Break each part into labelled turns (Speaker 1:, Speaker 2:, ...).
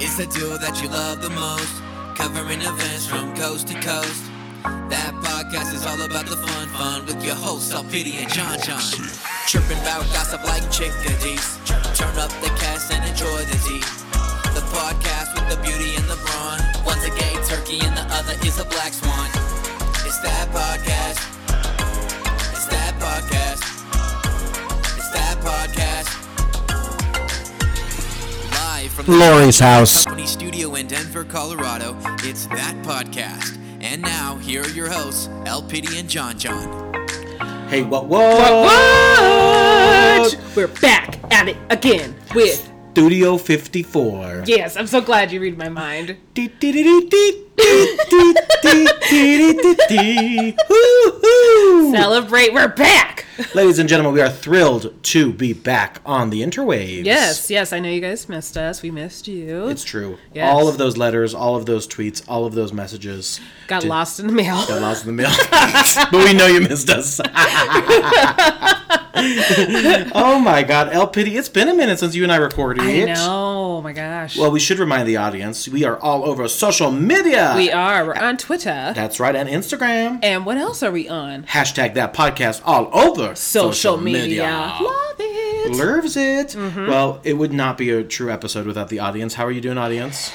Speaker 1: It's the duo that you love the most, covering events from coast to coast. That podcast is all about the fun, fun with your hosts, Alpidi and John John. Chirping about gossip like chickadees. Turn up the cast and enjoy the tea. The podcast with the beauty and the brawn. One's a gay turkey and the other is a black swan. It's that podcast. It's that podcast. It's that podcast. Live from the
Speaker 2: Lori's house.
Speaker 1: Company studio in Denver, Colorado. It's that podcast. And now, here are your hosts, LPD and John John.
Speaker 3: Hey, what, what?
Speaker 4: What? We're back at it again with
Speaker 3: Studio 54.
Speaker 4: yes. I'm so glad you read my mind.
Speaker 3: Woo-hoo.
Speaker 4: Celebrate, we're back.
Speaker 3: Ladies and gentlemen, we are thrilled to be back on the interwaves.
Speaker 4: Yes, yes. I know you guys missed us. We missed you.
Speaker 3: It's true.
Speaker 4: Yes.
Speaker 3: All of those letters, all of those tweets, all of those messages
Speaker 4: Got lost in the mail.
Speaker 3: got lost in the mail. but we know you missed us. oh my god, El Pity, it's been a minute since you and I recorded.
Speaker 4: I know. Oh my gosh.
Speaker 3: Well, we should remind the audience we are all over social media.
Speaker 4: we are. We're on Twitter.
Speaker 3: That's right, and Instagram.
Speaker 4: And what else are we on?
Speaker 3: Hashtag that podcast all over
Speaker 4: Social, media. Mm-hmm. Love it.
Speaker 3: Lurves it. Well, it would not be a true episode without the audience. How are you doing, audience?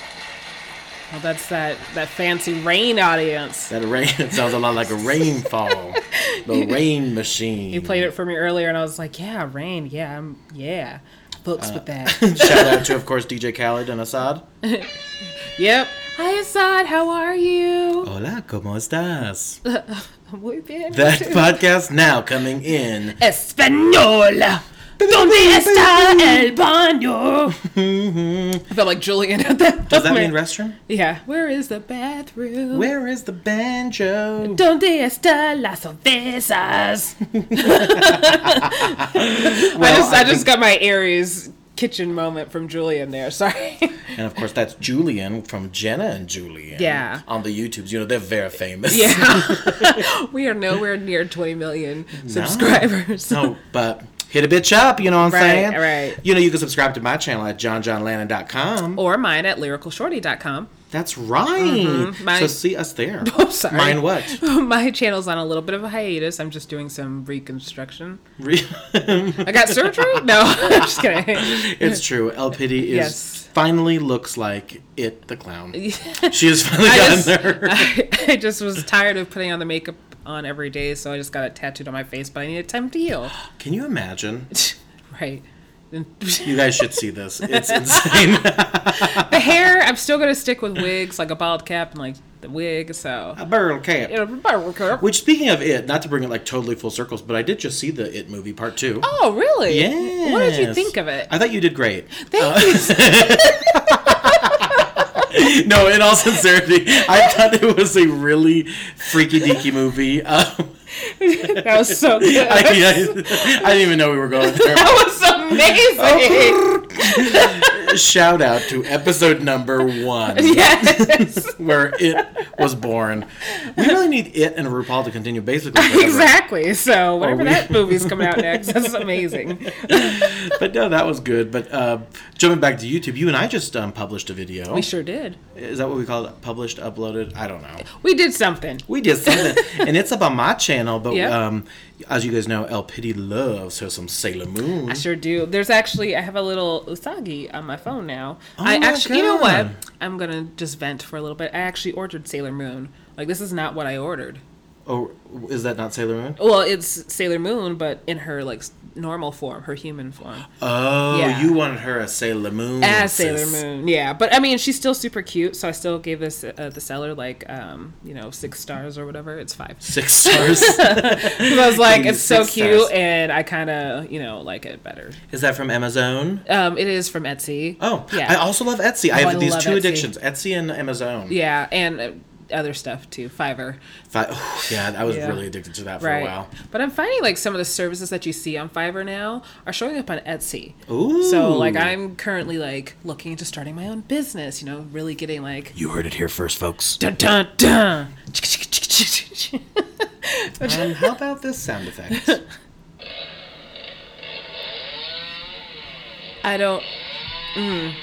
Speaker 4: Well, that's that that fancy rain audience.
Speaker 3: That rain it sounds a lot like a rainfall. the rain machine.
Speaker 4: You played it for me earlier, and I was like, "Yeah, rain. Yeah, I'm, yeah." Books with that.
Speaker 3: Shout out to, of course, DJ Khaled and Assad.
Speaker 4: Yep. Hi Assad, how are you?
Speaker 3: Hola, cómo estás?
Speaker 4: Muy bien.
Speaker 3: That podcast now coming in.
Speaker 4: Española. ¿Dónde está el baño? I felt like Julian at that.
Speaker 3: Does that mean restroom?
Speaker 4: Yeah. Where is the bathroom?
Speaker 3: Where is the banjo?
Speaker 4: ¿Dónde está las cervezas? I just, I, just got my Aries kitchen moment from Julian there. Sorry.
Speaker 3: And of course, that's Julian from Jenna and Julian.
Speaker 4: Yeah.
Speaker 3: On the YouTubes, you know they're very famous.
Speaker 4: yeah. we are nowhere near 20 million subscribers.
Speaker 3: No, but hit a bitch up. You know what I'm
Speaker 4: Right,
Speaker 3: saying?
Speaker 4: right.
Speaker 3: You know you can subscribe to my channel at johnjohnlannon.com.
Speaker 4: Or mine at lyricalshorty.com.
Speaker 3: That's right. So
Speaker 4: Mm-hmm. Mine-
Speaker 3: see us there.
Speaker 4: Oh, sorry.
Speaker 3: Mine what?
Speaker 4: My channel's on a little bit of a hiatus. I'm just doing some reconstruction.
Speaker 3: Re-
Speaker 4: I got surgery? No, I'm just kidding.
Speaker 3: it's true. El Pity is
Speaker 4: Yes.
Speaker 3: finally looks like it the clown. she has finally
Speaker 4: I
Speaker 3: gotten
Speaker 4: just-
Speaker 3: there.
Speaker 4: I, I just was tired of putting on the makeup on every day, so I just got it tattooed on my face, but I needed time to heal.
Speaker 3: Can you imagine?
Speaker 4: Right. And
Speaker 3: You guys should see this. It's insane.
Speaker 4: the hair, I'm still going to stick with wigs, like a bald cap and like the wig, so.
Speaker 3: a barrel cap.
Speaker 4: It'll probably work out.
Speaker 3: Which, speaking of it, not to bring it like totally full circles, but I did just see the It movie part two.
Speaker 4: Oh, really?
Speaker 3: Yes.
Speaker 4: What did you think of it?
Speaker 3: I thought you did great.
Speaker 4: Thank you.
Speaker 3: no, in all sincerity, I thought it was a really freaky deaky movie. Um,
Speaker 4: That was so good.
Speaker 3: I, I- I didn't even know we were going there.
Speaker 4: that was amazing. Oh.
Speaker 3: Shout out to episode number one,
Speaker 4: Yes.
Speaker 3: where it was born. We really need it and RuPaul to continue basically. forever.
Speaker 4: exactly. So whatever
Speaker 3: we-
Speaker 4: that movie's coming out next, that's amazing.
Speaker 3: But no, that was good. But uh, jumping back to YouTube, you and I just um, published a video.
Speaker 4: We sure did.
Speaker 3: Is that what we call it? Published, uploaded? I don't know.
Speaker 4: We did something.
Speaker 3: We did something, and it's up on my channel. But
Speaker 4: Yeah.
Speaker 3: um, as you guys know, El Pity loves her some Sailor Moon.
Speaker 4: I sure do. There's actually I have a little Usagi on my phone now.
Speaker 3: Oh
Speaker 4: I
Speaker 3: my
Speaker 4: actually you know what?
Speaker 3: God.
Speaker 4: I'm gonna just vent for a little bit. I actually ordered Sailor Moon. Like this is not what I ordered.
Speaker 3: Oh, is that not Sailor Moon?
Speaker 4: Well, it's Sailor Moon, but in her like s- normal form, her human form.
Speaker 3: Oh,
Speaker 4: Yeah.
Speaker 3: you wanted her as Sailor Moon.
Speaker 4: as Sailor
Speaker 3: sis.
Speaker 4: Moon. Yeah, but I mean, she's still super cute, so I still gave this uh, the seller like um, you know six stars or whatever. It's five.
Speaker 3: Six stars.
Speaker 4: 'Cause I was like,
Speaker 3: Give you
Speaker 4: it's so
Speaker 3: six
Speaker 4: cute,
Speaker 3: stars.
Speaker 4: and I kind of you know like it better.
Speaker 3: is that from Amazon?
Speaker 4: Um, it is from Etsy.
Speaker 3: Oh,
Speaker 4: yeah,
Speaker 3: I also love Etsy. I
Speaker 4: Oh,
Speaker 3: have
Speaker 4: I
Speaker 3: these
Speaker 4: love
Speaker 3: two
Speaker 4: Etsy.
Speaker 3: addictions: Etsy and Amazon.
Speaker 4: yeah, and uh, other stuff too, Fiverr.
Speaker 3: Fi- oh, yeah, I was
Speaker 4: Yeah.
Speaker 3: really addicted to that for a
Speaker 4: Right.
Speaker 3: while.
Speaker 4: But I'm finding like some of the services that you see on Fiverr now are showing up on Etsy.
Speaker 3: Ooh.
Speaker 4: So like I'm currently like looking into starting my own business. You know, really getting like
Speaker 3: You heard it here first, folks.
Speaker 4: dun dun dun.
Speaker 3: And how about this sound effect?
Speaker 4: I don't. Mm.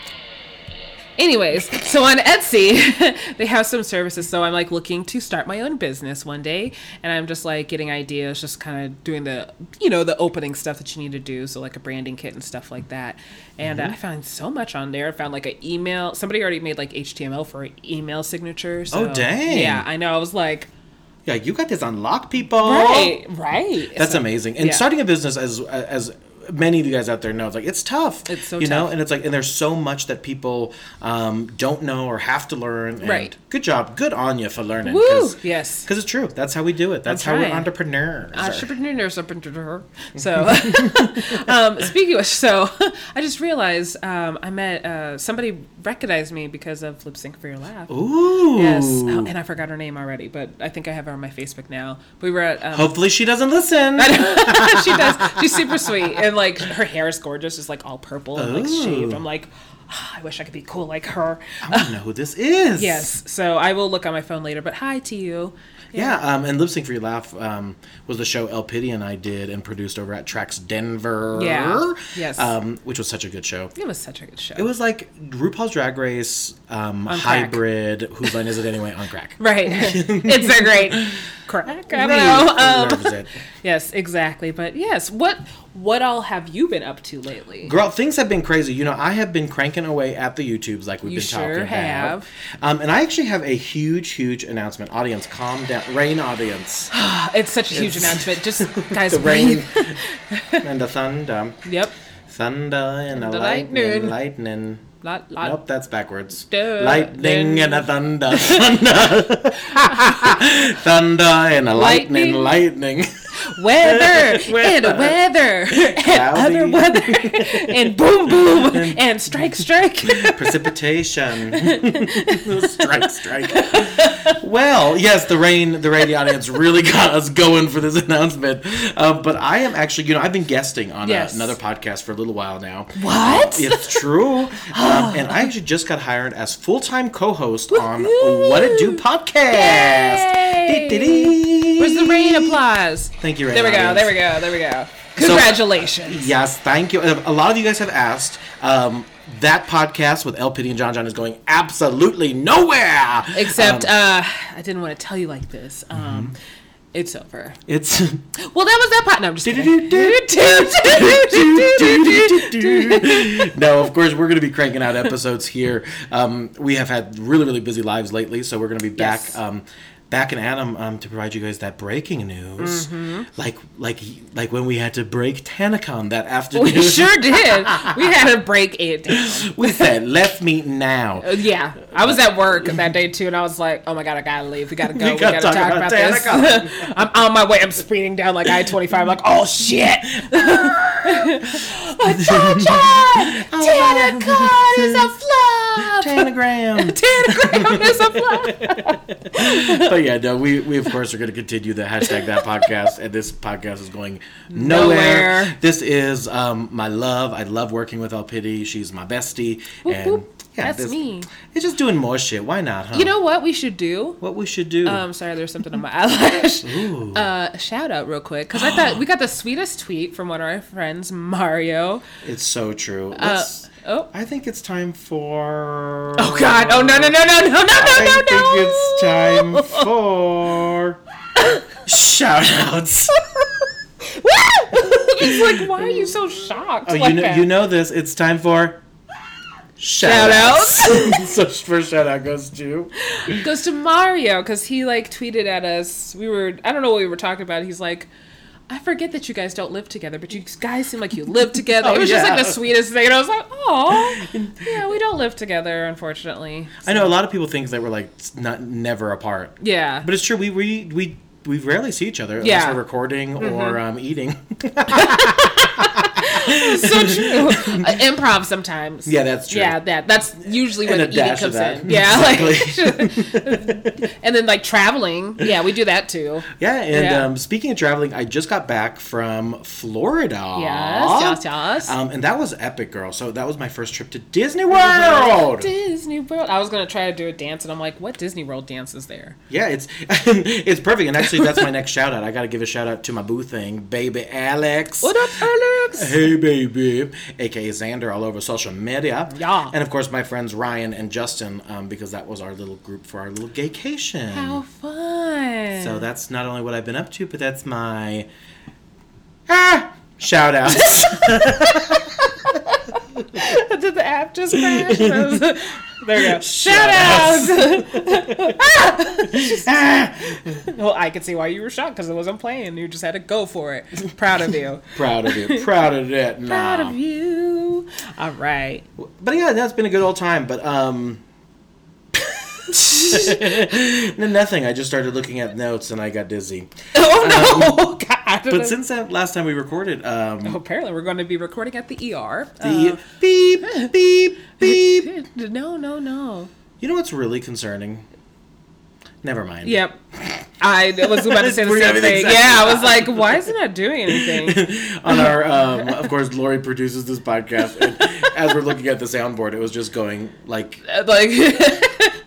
Speaker 4: Anyways, so on Etsy, they have some services. So I'm like looking to start my own business one day, and I'm just like getting ideas, just kind of doing the, you know, the opening stuff that you need to do. So like a branding kit and stuff like that. And
Speaker 3: Mm-hmm.
Speaker 4: uh, I found so much on there. I found like an email. Somebody already made like HTML for an email signature. So,
Speaker 3: Oh, dang.
Speaker 4: Yeah, I know. I was like,
Speaker 3: Yeah, you got this unlocked, people.
Speaker 4: right, right.
Speaker 3: Oh. That's
Speaker 4: So-
Speaker 3: amazing. And
Speaker 4: yeah.
Speaker 3: starting a business as as many of you guys out there know, it's like it's tough.
Speaker 4: It's so
Speaker 3: you know,
Speaker 4: tough.
Speaker 3: and it's like and there's so much that people um, don't know or have to learn. And
Speaker 4: Right.
Speaker 3: Good job. Good on you for learning.
Speaker 4: Woo! Yes.
Speaker 3: Because it's true. That's how we do it. That's how we're
Speaker 4: trying.
Speaker 3: entrepreneurs.
Speaker 4: entrepreneurs entrepreneur. So, um, speaking of, so I just realized um, I met uh, somebody recognized me because of Lip Sync for Your Laugh.
Speaker 3: Ooh.
Speaker 4: Yes, oh, and I forgot her name already, but I think I have her on my Facebook now. We were at um,
Speaker 3: Hopefully she doesn't listen.
Speaker 4: she does. She's super sweet, and like her hair is gorgeous. It's like all purple and like shaved. I'm like, "Ah, I wish I could be cool like her.
Speaker 3: I don't know who this is.
Speaker 4: Yes, so I will look on my phone later. But hi to you.
Speaker 3: Yeah, um, and Lip Sync for Your Laugh um, was the show El Pity and I did and produced over at Trax Denver.
Speaker 4: Yeah. Yes.
Speaker 3: Um, which was such a good show.
Speaker 4: It was such a good show.
Speaker 3: It was like RuPaul's Drag Race um,
Speaker 4: On crack.
Speaker 3: hybrid. Whose line is it anyway? On crack.
Speaker 4: Right. it's so great. Crack. I
Speaker 3: Who
Speaker 4: don't know.
Speaker 3: knows
Speaker 4: Um,
Speaker 3: it?
Speaker 4: yes, exactly. But yes, what what all have you been up to lately?
Speaker 3: Girl, things have been crazy. You know, I have been cranking away at the YouTubes like we've
Speaker 4: You
Speaker 3: been
Speaker 4: sure
Speaker 3: talking
Speaker 4: have.
Speaker 3: about. Um, and I actually have a huge, huge announcement. Audience, calm down. Rain audience.
Speaker 4: It's such a huge announcement. Just guys,
Speaker 3: The rain
Speaker 4: breathe.
Speaker 3: and the thunder.
Speaker 4: Yep.
Speaker 3: Thunder and, the
Speaker 4: the
Speaker 3: lightning.
Speaker 4: lightning.
Speaker 3: Lightning.
Speaker 4: Lot, lot.
Speaker 3: Nope, that's backwards.
Speaker 4: Duh.
Speaker 3: lightning
Speaker 4: Then-
Speaker 3: and a thunder. Thunder. thunder and a lightning. Lightning.
Speaker 4: Weather,
Speaker 3: Weather.
Speaker 4: and weather and
Speaker 3: Cloudy.
Speaker 4: other weather and boom boom and strike strike.
Speaker 3: precipitation strike strike well yes the rain the radio audience really got us going for this announcement uh, but i am actually you know i've been guesting on a-
Speaker 4: Yes.
Speaker 3: another podcast for a little while now
Speaker 4: What?
Speaker 3: it's true um, and i actually just got hired as full-time co-host on what it do podcast
Speaker 4: Yay!
Speaker 3: Dee-dee-dee.
Speaker 4: Where's the rain applause?
Speaker 3: Thank you, rain
Speaker 4: There we go.
Speaker 3: audience.
Speaker 4: There we go. There we go. Congratulations.
Speaker 3: Yes, thank you. A lot of you guys have asked. Um, that podcast with El Pity and John John is going absolutely nowhere. Um,
Speaker 4: Except uh, I didn't want to tell you like this. Um, It's over.
Speaker 3: It's
Speaker 4: Well, that was that part. No, I'm just kidding.
Speaker 3: no, of course we're going to be cranking out episodes here. Um, we have had really really busy lives lately, so we're going to be back
Speaker 4: Yes.
Speaker 3: um, back in Adam um, to provide you guys that breaking news,
Speaker 4: Mm-hmm.
Speaker 3: like like like when we had to break Tanacon that afternoon.
Speaker 4: We sure did. We had to break it.
Speaker 3: we said, "Left me now."
Speaker 4: Yeah, I was at work that day too, and I was like, "Oh my god, I gotta leave. We gotta go. We gotta, talk, about, this."
Speaker 3: Danica.
Speaker 4: I'm on my way. I'm speeding down like I-25. I'm like, oh shit! Tanacon is a flop.
Speaker 3: Tanagram.
Speaker 4: Tanagram is a flop.
Speaker 3: but yeah, no, we, we of course are going to continue the hashtag that podcast, and this podcast is going nowhere.
Speaker 4: Nowhere.
Speaker 3: This is um, my love. I love working with El Pity. She's my bestie, and
Speaker 4: whoop.
Speaker 3: yeah,
Speaker 4: That's
Speaker 3: this-
Speaker 4: me.
Speaker 3: It's just doing more shit. Why not? Huh?
Speaker 4: You know what we should do?
Speaker 3: what we should do?
Speaker 4: Um, sorry, there's something on my eyelash. Uh, shout out real quick because I thought we got the sweetest tweet from one of our friends, Mario.
Speaker 3: it's so true. Let's-
Speaker 4: oh.
Speaker 3: I think it's time for.
Speaker 4: Oh God! Oh no! No! No! No! No! No!
Speaker 3: I think
Speaker 4: No! No!
Speaker 3: it's time for shout outs.
Speaker 4: it's like, why are you so shocked?
Speaker 3: Oh, you
Speaker 4: like
Speaker 3: know,
Speaker 4: that?
Speaker 3: you know this. It's time for shout
Speaker 4: Shout-outs.
Speaker 3: so first shout out goes to
Speaker 4: goes to Mario because he like tweeted at us. We were I don't know what we were talking about. He's like, I forget that you guys don't live together, but you guys seem like you live together.
Speaker 3: Oh,
Speaker 4: it was just like
Speaker 3: yeah.
Speaker 4: the sweetest thing, and I was like, oh, yeah, we don't live together, unfortunately.
Speaker 3: I know a lot of people think that we're like s- not never apart,
Speaker 4: Yeah,
Speaker 3: but it's true. We we we. We rarely see each other unless
Speaker 4: Yeah. Mm-hmm.
Speaker 3: we're recording or um, eating.
Speaker 4: it's so true. Uh, improv sometimes.
Speaker 3: Yeah, that's true.
Speaker 4: Yeah, that that's usually when
Speaker 3: And a
Speaker 4: the eating
Speaker 3: dash of
Speaker 4: comes
Speaker 3: that.
Speaker 4: in. Yeah, like, and then like traveling. Yeah, we do that too.
Speaker 3: Yeah, and
Speaker 4: Yeah.
Speaker 3: Um, speaking of traveling, I just got back from Florida.
Speaker 4: Yes, yes, yes.
Speaker 3: Um, and that was epic, girl. So that was my first trip to Disney World.
Speaker 4: Disney World. I was gonna try to do a dance, and I'm like, what Disney World dance is there?
Speaker 3: Yeah, it's it's perfect. And actually, that's my next shout out. I got to give a shout out to my boo thing, baby Alex.
Speaker 4: What up, Alex.
Speaker 3: Hey baby, aka Xander, all over social media.
Speaker 4: Yeah.
Speaker 3: And of course, my friends Ryan and Justin, um, because that was our little group for our little gaycation.
Speaker 4: How fun.
Speaker 3: So that's not only what I've been up to, but that's my ah, shout out.
Speaker 4: Did the app just crash? That was- there we go. Shout
Speaker 3: Shout
Speaker 4: out.
Speaker 3: Ah!
Speaker 4: well, I could see why you were shocked because it wasn't playing. You just had to go for it. Proud of you.
Speaker 3: Proud of you. Proud of that. Nah.
Speaker 4: Proud of you. All right.
Speaker 3: But yeah, that's been a good old time. But um, no, nothing. I just started looking at notes and I got dizzy.
Speaker 4: Oh no, God.
Speaker 3: Um, But since that last time we recorded, um,
Speaker 4: apparently we're going to be recording at the ER.
Speaker 3: the E beep beep beep.
Speaker 4: Uh, no, no, no.
Speaker 3: You know what's really concerning? Never mind.
Speaker 4: Yep. I was about to say the
Speaker 3: We're
Speaker 4: same
Speaker 3: having
Speaker 4: thing.
Speaker 3: exactly
Speaker 4: Yeah, I was like, why is it not doing anything?
Speaker 3: On our, um, of course, Lori produces this podcast, and as we're looking at the soundboard, it was just going like,
Speaker 4: Uh, Like,
Speaker 3: like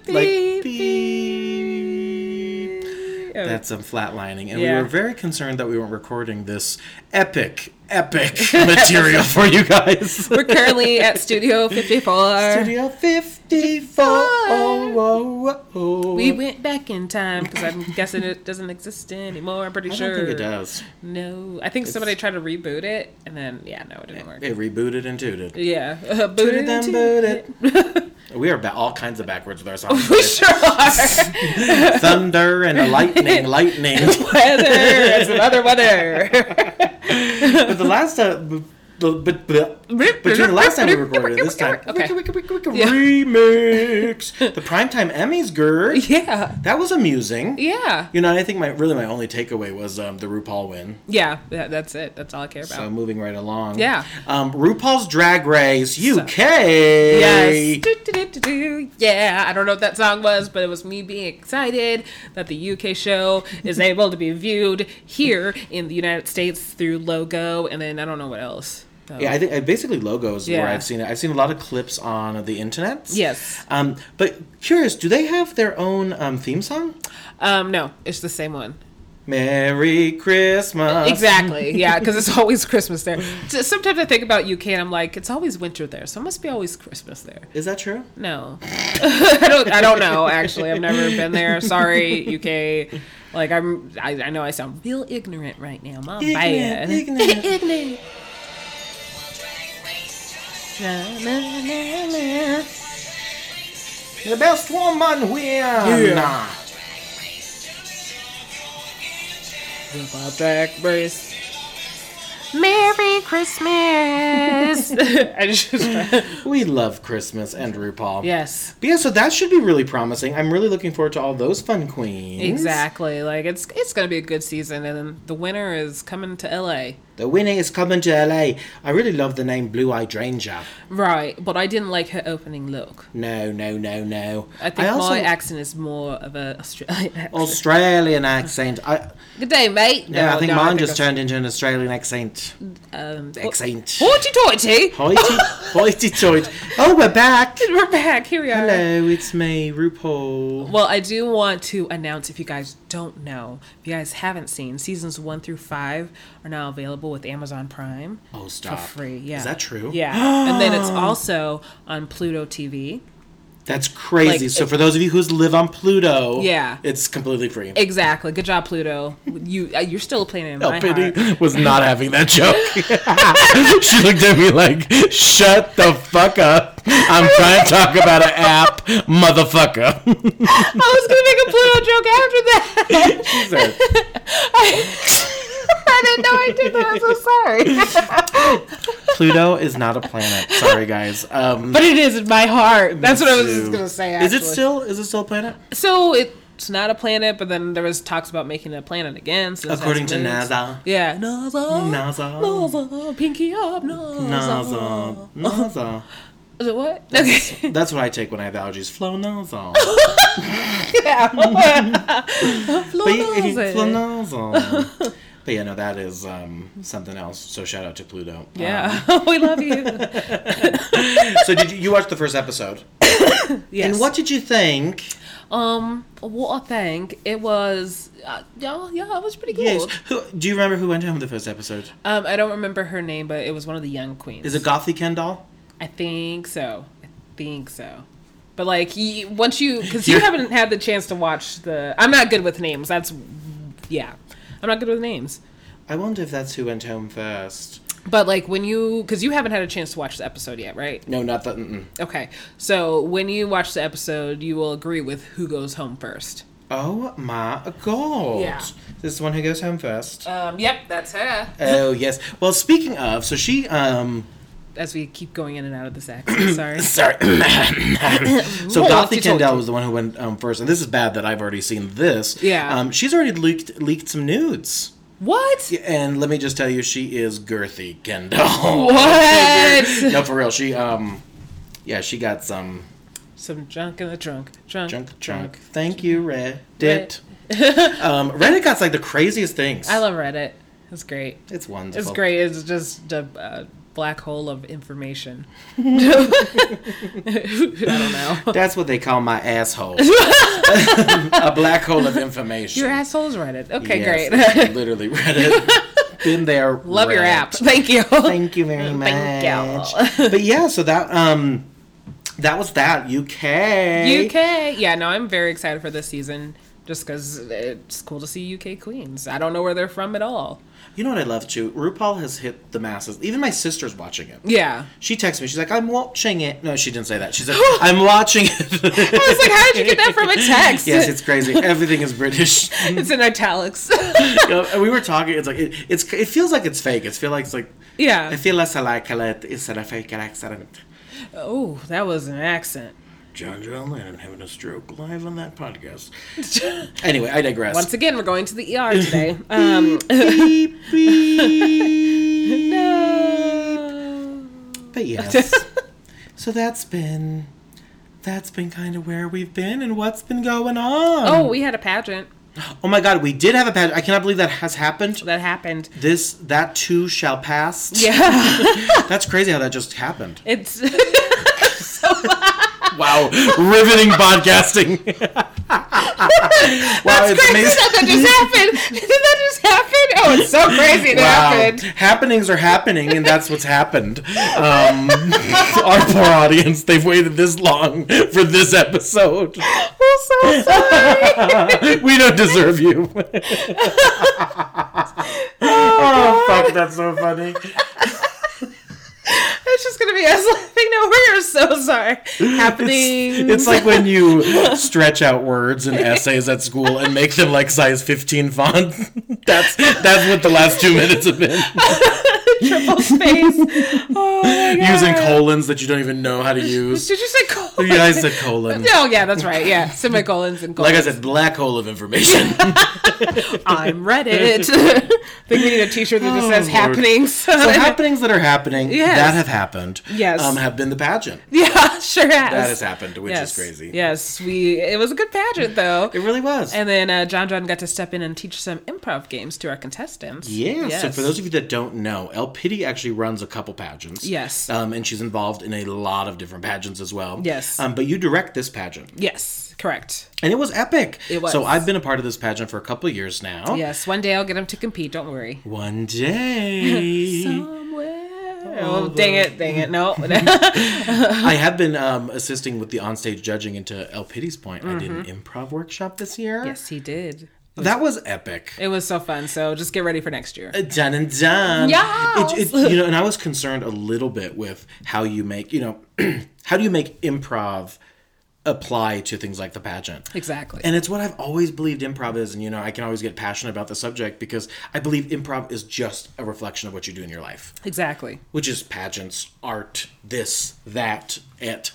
Speaker 4: beep,
Speaker 3: beep.
Speaker 4: beep.
Speaker 3: That's some flatlining. And
Speaker 4: Yeah.
Speaker 3: we were very concerned that we weren't recording this epic, epic material for you guys.
Speaker 4: We're currently at Studio 54.
Speaker 3: Studio 54. Oh, oh, oh.
Speaker 4: We went back in time because I'm guessing it doesn't exist anymore. I'm pretty
Speaker 3: I
Speaker 4: sure.
Speaker 3: don't think it does.
Speaker 4: No, I think somebody tried to reboot it, and then yeah, no, it didn't work.
Speaker 3: It rebooted and tooted.
Speaker 4: yeah, uh, boot
Speaker 3: Tooted and booted. We are ba- all kinds of backwards with our songs.
Speaker 4: We sure are.
Speaker 3: Thunder and lightning, lightning.
Speaker 4: weather. It's another weather.
Speaker 3: but the last uh, time, but, but, but between the last time we recorded and this time,
Speaker 4: Okay. Yeah.
Speaker 3: remix the primetime Emmys, girl.
Speaker 4: Yeah.
Speaker 3: That was amusing.
Speaker 4: Yeah.
Speaker 3: You know, and I think my really my only takeaway was um, the RuPaul win.
Speaker 4: Yeah. That, that's it. That's all I care about.
Speaker 3: So moving right along.
Speaker 4: Yeah.
Speaker 3: Um, RuPaul's Drag Race UK.
Speaker 4: Yes. Do-do-do-do-do. Yeah. I don't know what that song was, but it was me being excited that the UK show is able to be viewed here in the United States through Logo, and then I don't know what else. So-
Speaker 3: Yeah, I think I basically logos where
Speaker 4: Yeah.
Speaker 3: I've seen it. I've seen a lot of clips on the internet.
Speaker 4: Yes.
Speaker 3: Um, but curious, do they have their own um, theme song?
Speaker 4: Um. No, it's the same one.
Speaker 3: Merry Christmas.
Speaker 4: Exactly. Yeah, because it's always Christmas there. So Sometimes I think about UK and I'm like, it's always winter there, so it must be always Christmas there.
Speaker 3: Is that true?
Speaker 4: No, I don't. I don't know. Actually, I've never been there. Sorry, UK. Like I'm. I, I know I sound real ignorant right now. Mom,
Speaker 3: Ignorant,
Speaker 4: bye.
Speaker 3: ignorant.
Speaker 4: ignorant. Na, na, na, na.
Speaker 3: The best woman wins.
Speaker 4: Yeah. With a black brace. Merry Christmas. I just,
Speaker 3: We love Christmas and RuPaul.
Speaker 4: yes.
Speaker 3: But yeah, so that should be really promising. I'm really looking forward to all those fun queens.
Speaker 4: Exactly. Like it's it's gonna be a good season, and then the winner is coming to LA.
Speaker 3: The winner is coming to LA. I really love the name Blue Hydrangea.
Speaker 4: Right, but I didn't like her opening look.
Speaker 3: No, no, no, no.
Speaker 4: I think
Speaker 3: also-
Speaker 4: my accent is more of a Australian accent.
Speaker 3: Australian accent. I
Speaker 4: Good day, mate.
Speaker 3: yeah, I think
Speaker 4: no,
Speaker 3: mine just
Speaker 4: I-
Speaker 3: turned into an Australian accent.
Speaker 4: Um,
Speaker 3: Accent.
Speaker 4: Hoity toity.
Speaker 3: Hoity hoity toity. Oh, we're back.
Speaker 4: We're back. Here we are.
Speaker 3: Hello, it's me, RuPaul.
Speaker 4: Well, I do want to announce if you guys don't know, if you guys haven't seen, seasons one through five are now available with Amazon Prime.
Speaker 3: Oh, stop.
Speaker 4: For free, yeah.
Speaker 3: Is that true?
Speaker 4: Yeah. and then it's also on Pluto TV.
Speaker 3: That's crazy.
Speaker 4: Like,
Speaker 3: so for those of you who live on Pluto,
Speaker 4: Yeah.
Speaker 3: it's completely free.
Speaker 4: Exactly. Good job, Pluto. You uh, you're still playing in my heart.
Speaker 3: Oh, Penny was not having that joke. she looked at me like, "Shut the fuck up! I'm trying to talk about an app, motherfucker."
Speaker 4: I was gonna make a Pluto joke after that.
Speaker 3: She said,
Speaker 4: I didn't know I did that. I'm so sorry.
Speaker 3: Pluto is not a planet. Sorry, guys. Um,
Speaker 4: But it is in my heart. That's what I was
Speaker 3: to-
Speaker 4: just gonna say.
Speaker 3: Is
Speaker 4: Actually.
Speaker 3: it still? Is it still a planet?
Speaker 4: So it's not a planet, but then there was talks about making it a planet again. So it's
Speaker 3: According
Speaker 4: had
Speaker 3: to
Speaker 4: some moons.
Speaker 3: NASA.
Speaker 4: Yeah. NASA.
Speaker 3: NASA.
Speaker 4: NASA. Pinky up. NASA.
Speaker 3: NASA. NASA.
Speaker 4: Is it what? Okay.
Speaker 3: That's what I take when I have allergies. Flow nasal. But you- if you- Flow
Speaker 4: NASA.
Speaker 3: nasal. But yeah, no, that is um, something else. So shout out to Pluto. Um,
Speaker 4: Yeah. we love you.
Speaker 3: so did you, you watch the first episode?
Speaker 4: Yes.
Speaker 3: And what did you think?
Speaker 4: Um, what I think it was, uh, yeah, yeah, it was pretty cool.
Speaker 3: Yes. Who, do you remember who went home the first episode?
Speaker 4: Um, I don't remember her name, but it was one of the young queens.
Speaker 3: Is it Gothy Ken doll?
Speaker 4: I think so. I think so. But like, he, once you, because you haven't had the chance to watch the. I'm not good with names. That's yeah. I'm not good with names.
Speaker 3: I wonder if that's who went home first.
Speaker 4: But like when you, because you haven't had a chance to watch the episode yet, right?
Speaker 3: No, not that. Mm-mm.
Speaker 4: Okay, so when you watch the episode, you will agree with who goes home first.
Speaker 3: Oh my god!
Speaker 4: Yeah.
Speaker 3: This is the one who goes home first.
Speaker 4: Um, yep, that's her.
Speaker 3: oh yes. Well, speaking of, so she um
Speaker 4: As we keep going in and out of this accent, sorry.
Speaker 3: Sorry. so
Speaker 4: Well,
Speaker 3: Gothy
Speaker 4: she told
Speaker 3: Kendall
Speaker 4: you.
Speaker 3: was the one who went um, first, and this is bad that I've already seen this.
Speaker 4: Yeah.
Speaker 3: Um, she's already leaked leaked some nudes,
Speaker 4: What?
Speaker 3: and let me just tell you, she is girthy Kendall.
Speaker 4: What?
Speaker 3: no, for real. She um, yeah, she got some
Speaker 4: Some junk in the trunk. Drunk.
Speaker 3: junk junk. Thank you, Reddit. um, Reddit got like the craziest things.
Speaker 4: I love Reddit. It's great.
Speaker 3: It's wonderful.
Speaker 4: It's great. It's just a, uh black hole of information. I don't know.
Speaker 3: That's what they call my asshole. a black hole of information.
Speaker 4: Your asshole's Reddit. Okay,
Speaker 3: Yes,
Speaker 4: great.
Speaker 3: it's literally Reddit. Been there.
Speaker 4: Love your
Speaker 3: Reddit.
Speaker 4: app. Thank you.
Speaker 3: Thank you very much.
Speaker 4: Thank y'all.
Speaker 3: but yeah, so that um that was that UK.
Speaker 4: UK. Yeah, no, I'm very excited for this season just because it's cool to see UK queens. I don't know where they're from at all.
Speaker 3: You know what I love too? RuPaul has hit the masses. Even my sister's watching it.
Speaker 4: Yeah.
Speaker 3: She texts me. She's like, "I'm watching it." No, she didn't say that. She said, "I'm watching it."
Speaker 4: I was like, how did you get that from a text?
Speaker 3: yes, it's crazy. Everything is British.
Speaker 4: It's in italics.
Speaker 3: You know, and we were talking. It's like it, it's. It feels like it's fake. It feels like it's like.
Speaker 4: yeah.
Speaker 3: I feel less like it is a fake accident.
Speaker 4: Oh, that was an accent.
Speaker 3: John John Lennon having a stroke live on that podcast. anyway, I digress.
Speaker 4: Once again, we're going to the ER today. Um,
Speaker 3: beep, beep.
Speaker 4: no.
Speaker 3: But yes. so that's been that's been kind of where we've been and what's been going on.
Speaker 4: Oh, we had a pageant
Speaker 3: Oh, my god, we did have a pageant. I cannot believe that has happened.
Speaker 4: that happened.
Speaker 3: This that too shall pass.
Speaker 4: Yeah.
Speaker 3: That's crazy how that just happened.
Speaker 4: It's
Speaker 3: Wow, riveting podcasting. wow,
Speaker 4: crazy that that just happened. Did that just happen? Oh, it's so crazy that happened.
Speaker 3: Happenings are happening, and that's what's happened. Um, our poor audience, they've waited this long for this episode.
Speaker 4: I'm so sorry.
Speaker 3: we don't deserve you. oh,
Speaker 4: Oh,
Speaker 3: fuck, that's so funny.
Speaker 4: It's just gonna be us laughing. No, we are so sorry. Happening.
Speaker 3: It's like when you stretch out words and essays at school and make them like size 15 font. that's that's what the last two minutes have been.
Speaker 4: triple space. Oh my god.
Speaker 3: Using colons that you don't even know how to use.
Speaker 4: Did you say colon?
Speaker 3: Yeah, I said colon.
Speaker 4: Oh yeah, that's right. Yeah, semicolons and
Speaker 3: Like
Speaker 4: colons.
Speaker 3: I said, black hole of information.
Speaker 4: I'm Reddit. I think we need a T-shirt that just
Speaker 3: Oh,
Speaker 4: says
Speaker 3: Lord.
Speaker 4: happenings.
Speaker 3: So happenings that are happening
Speaker 4: Yes.
Speaker 3: that have happened
Speaker 4: Yes.
Speaker 3: um, have been the pageant
Speaker 4: yeah, sure has.
Speaker 3: that has happened, which
Speaker 4: yes.
Speaker 3: is crazy.
Speaker 4: Yes, we. It was a good pageant though.
Speaker 3: It really was.
Speaker 4: And then uh, John John got to step in and teach some improv games to our contestants.
Speaker 3: Yeah. So
Speaker 4: Yes.
Speaker 3: for those of you that don't know, El Pitti actually runs a couple pageants.
Speaker 4: Yes.
Speaker 3: Um, and she's involved in a lot of different pageants as well.
Speaker 4: Yes.
Speaker 3: Um, but you direct this pageant,
Speaker 4: Yes, correct.
Speaker 3: and it was epic.
Speaker 4: It was.
Speaker 3: So I've been a part of this pageant for a couple of years now.
Speaker 4: Yes, one day I'll get him to compete. Don't worry.
Speaker 3: One day.
Speaker 4: Somewhere. Oh, dang it, dang it. No.
Speaker 3: I have been um, assisting with the onstage judging. And to El Pitti's point, I did an improv workshop this year.
Speaker 4: Mm-hmm. yes, he did.
Speaker 3: That was epic.
Speaker 4: It was so fun. So just get ready for next year.
Speaker 3: done and done.
Speaker 4: Yes.
Speaker 3: It, it, you know, and I was concerned a little bit with how you make, you know, how do you make improv apply to things like the pageant?
Speaker 4: Exactly.
Speaker 3: And it's what I've always believed improv is, and you know, I can always get passionate about the subject because I believe improv is just a reflection of what you do in your life,
Speaker 4: exactly.
Speaker 3: which is pageants, art, this, that, et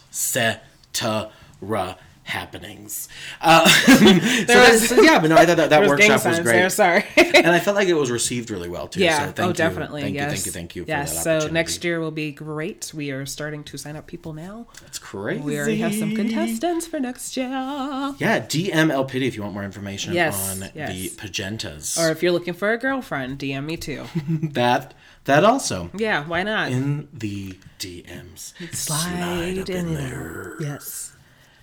Speaker 3: cetera happenings. Uh, so
Speaker 4: was-
Speaker 3: that's- yeah, but no, I thought that, that
Speaker 4: There was gang
Speaker 3: workshop was
Speaker 4: signs
Speaker 3: great
Speaker 4: there, sorry.
Speaker 3: and I felt like it was received really well too.
Speaker 4: yeah.
Speaker 3: So thank
Speaker 4: oh,
Speaker 3: you.
Speaker 4: definitely.
Speaker 3: Thank
Speaker 4: yes.
Speaker 3: you. Thank you. Thank you. For that
Speaker 4: yes. so next
Speaker 3: opportunity.
Speaker 4: year will be great. We are starting to sign up people now.
Speaker 3: It's crazy.
Speaker 4: We already have some contestants for next year.
Speaker 3: Yeah, DM El Pity if you want more information
Speaker 4: Yes,
Speaker 3: on
Speaker 4: yes.
Speaker 3: the pagentas.
Speaker 4: Or if you're looking for a girlfriend, DM me too.
Speaker 3: That that also
Speaker 4: Yeah, why not?
Speaker 3: in the DMs.
Speaker 4: Slide
Speaker 3: up
Speaker 4: in
Speaker 3: in
Speaker 4: there.
Speaker 3: there.
Speaker 4: Yes.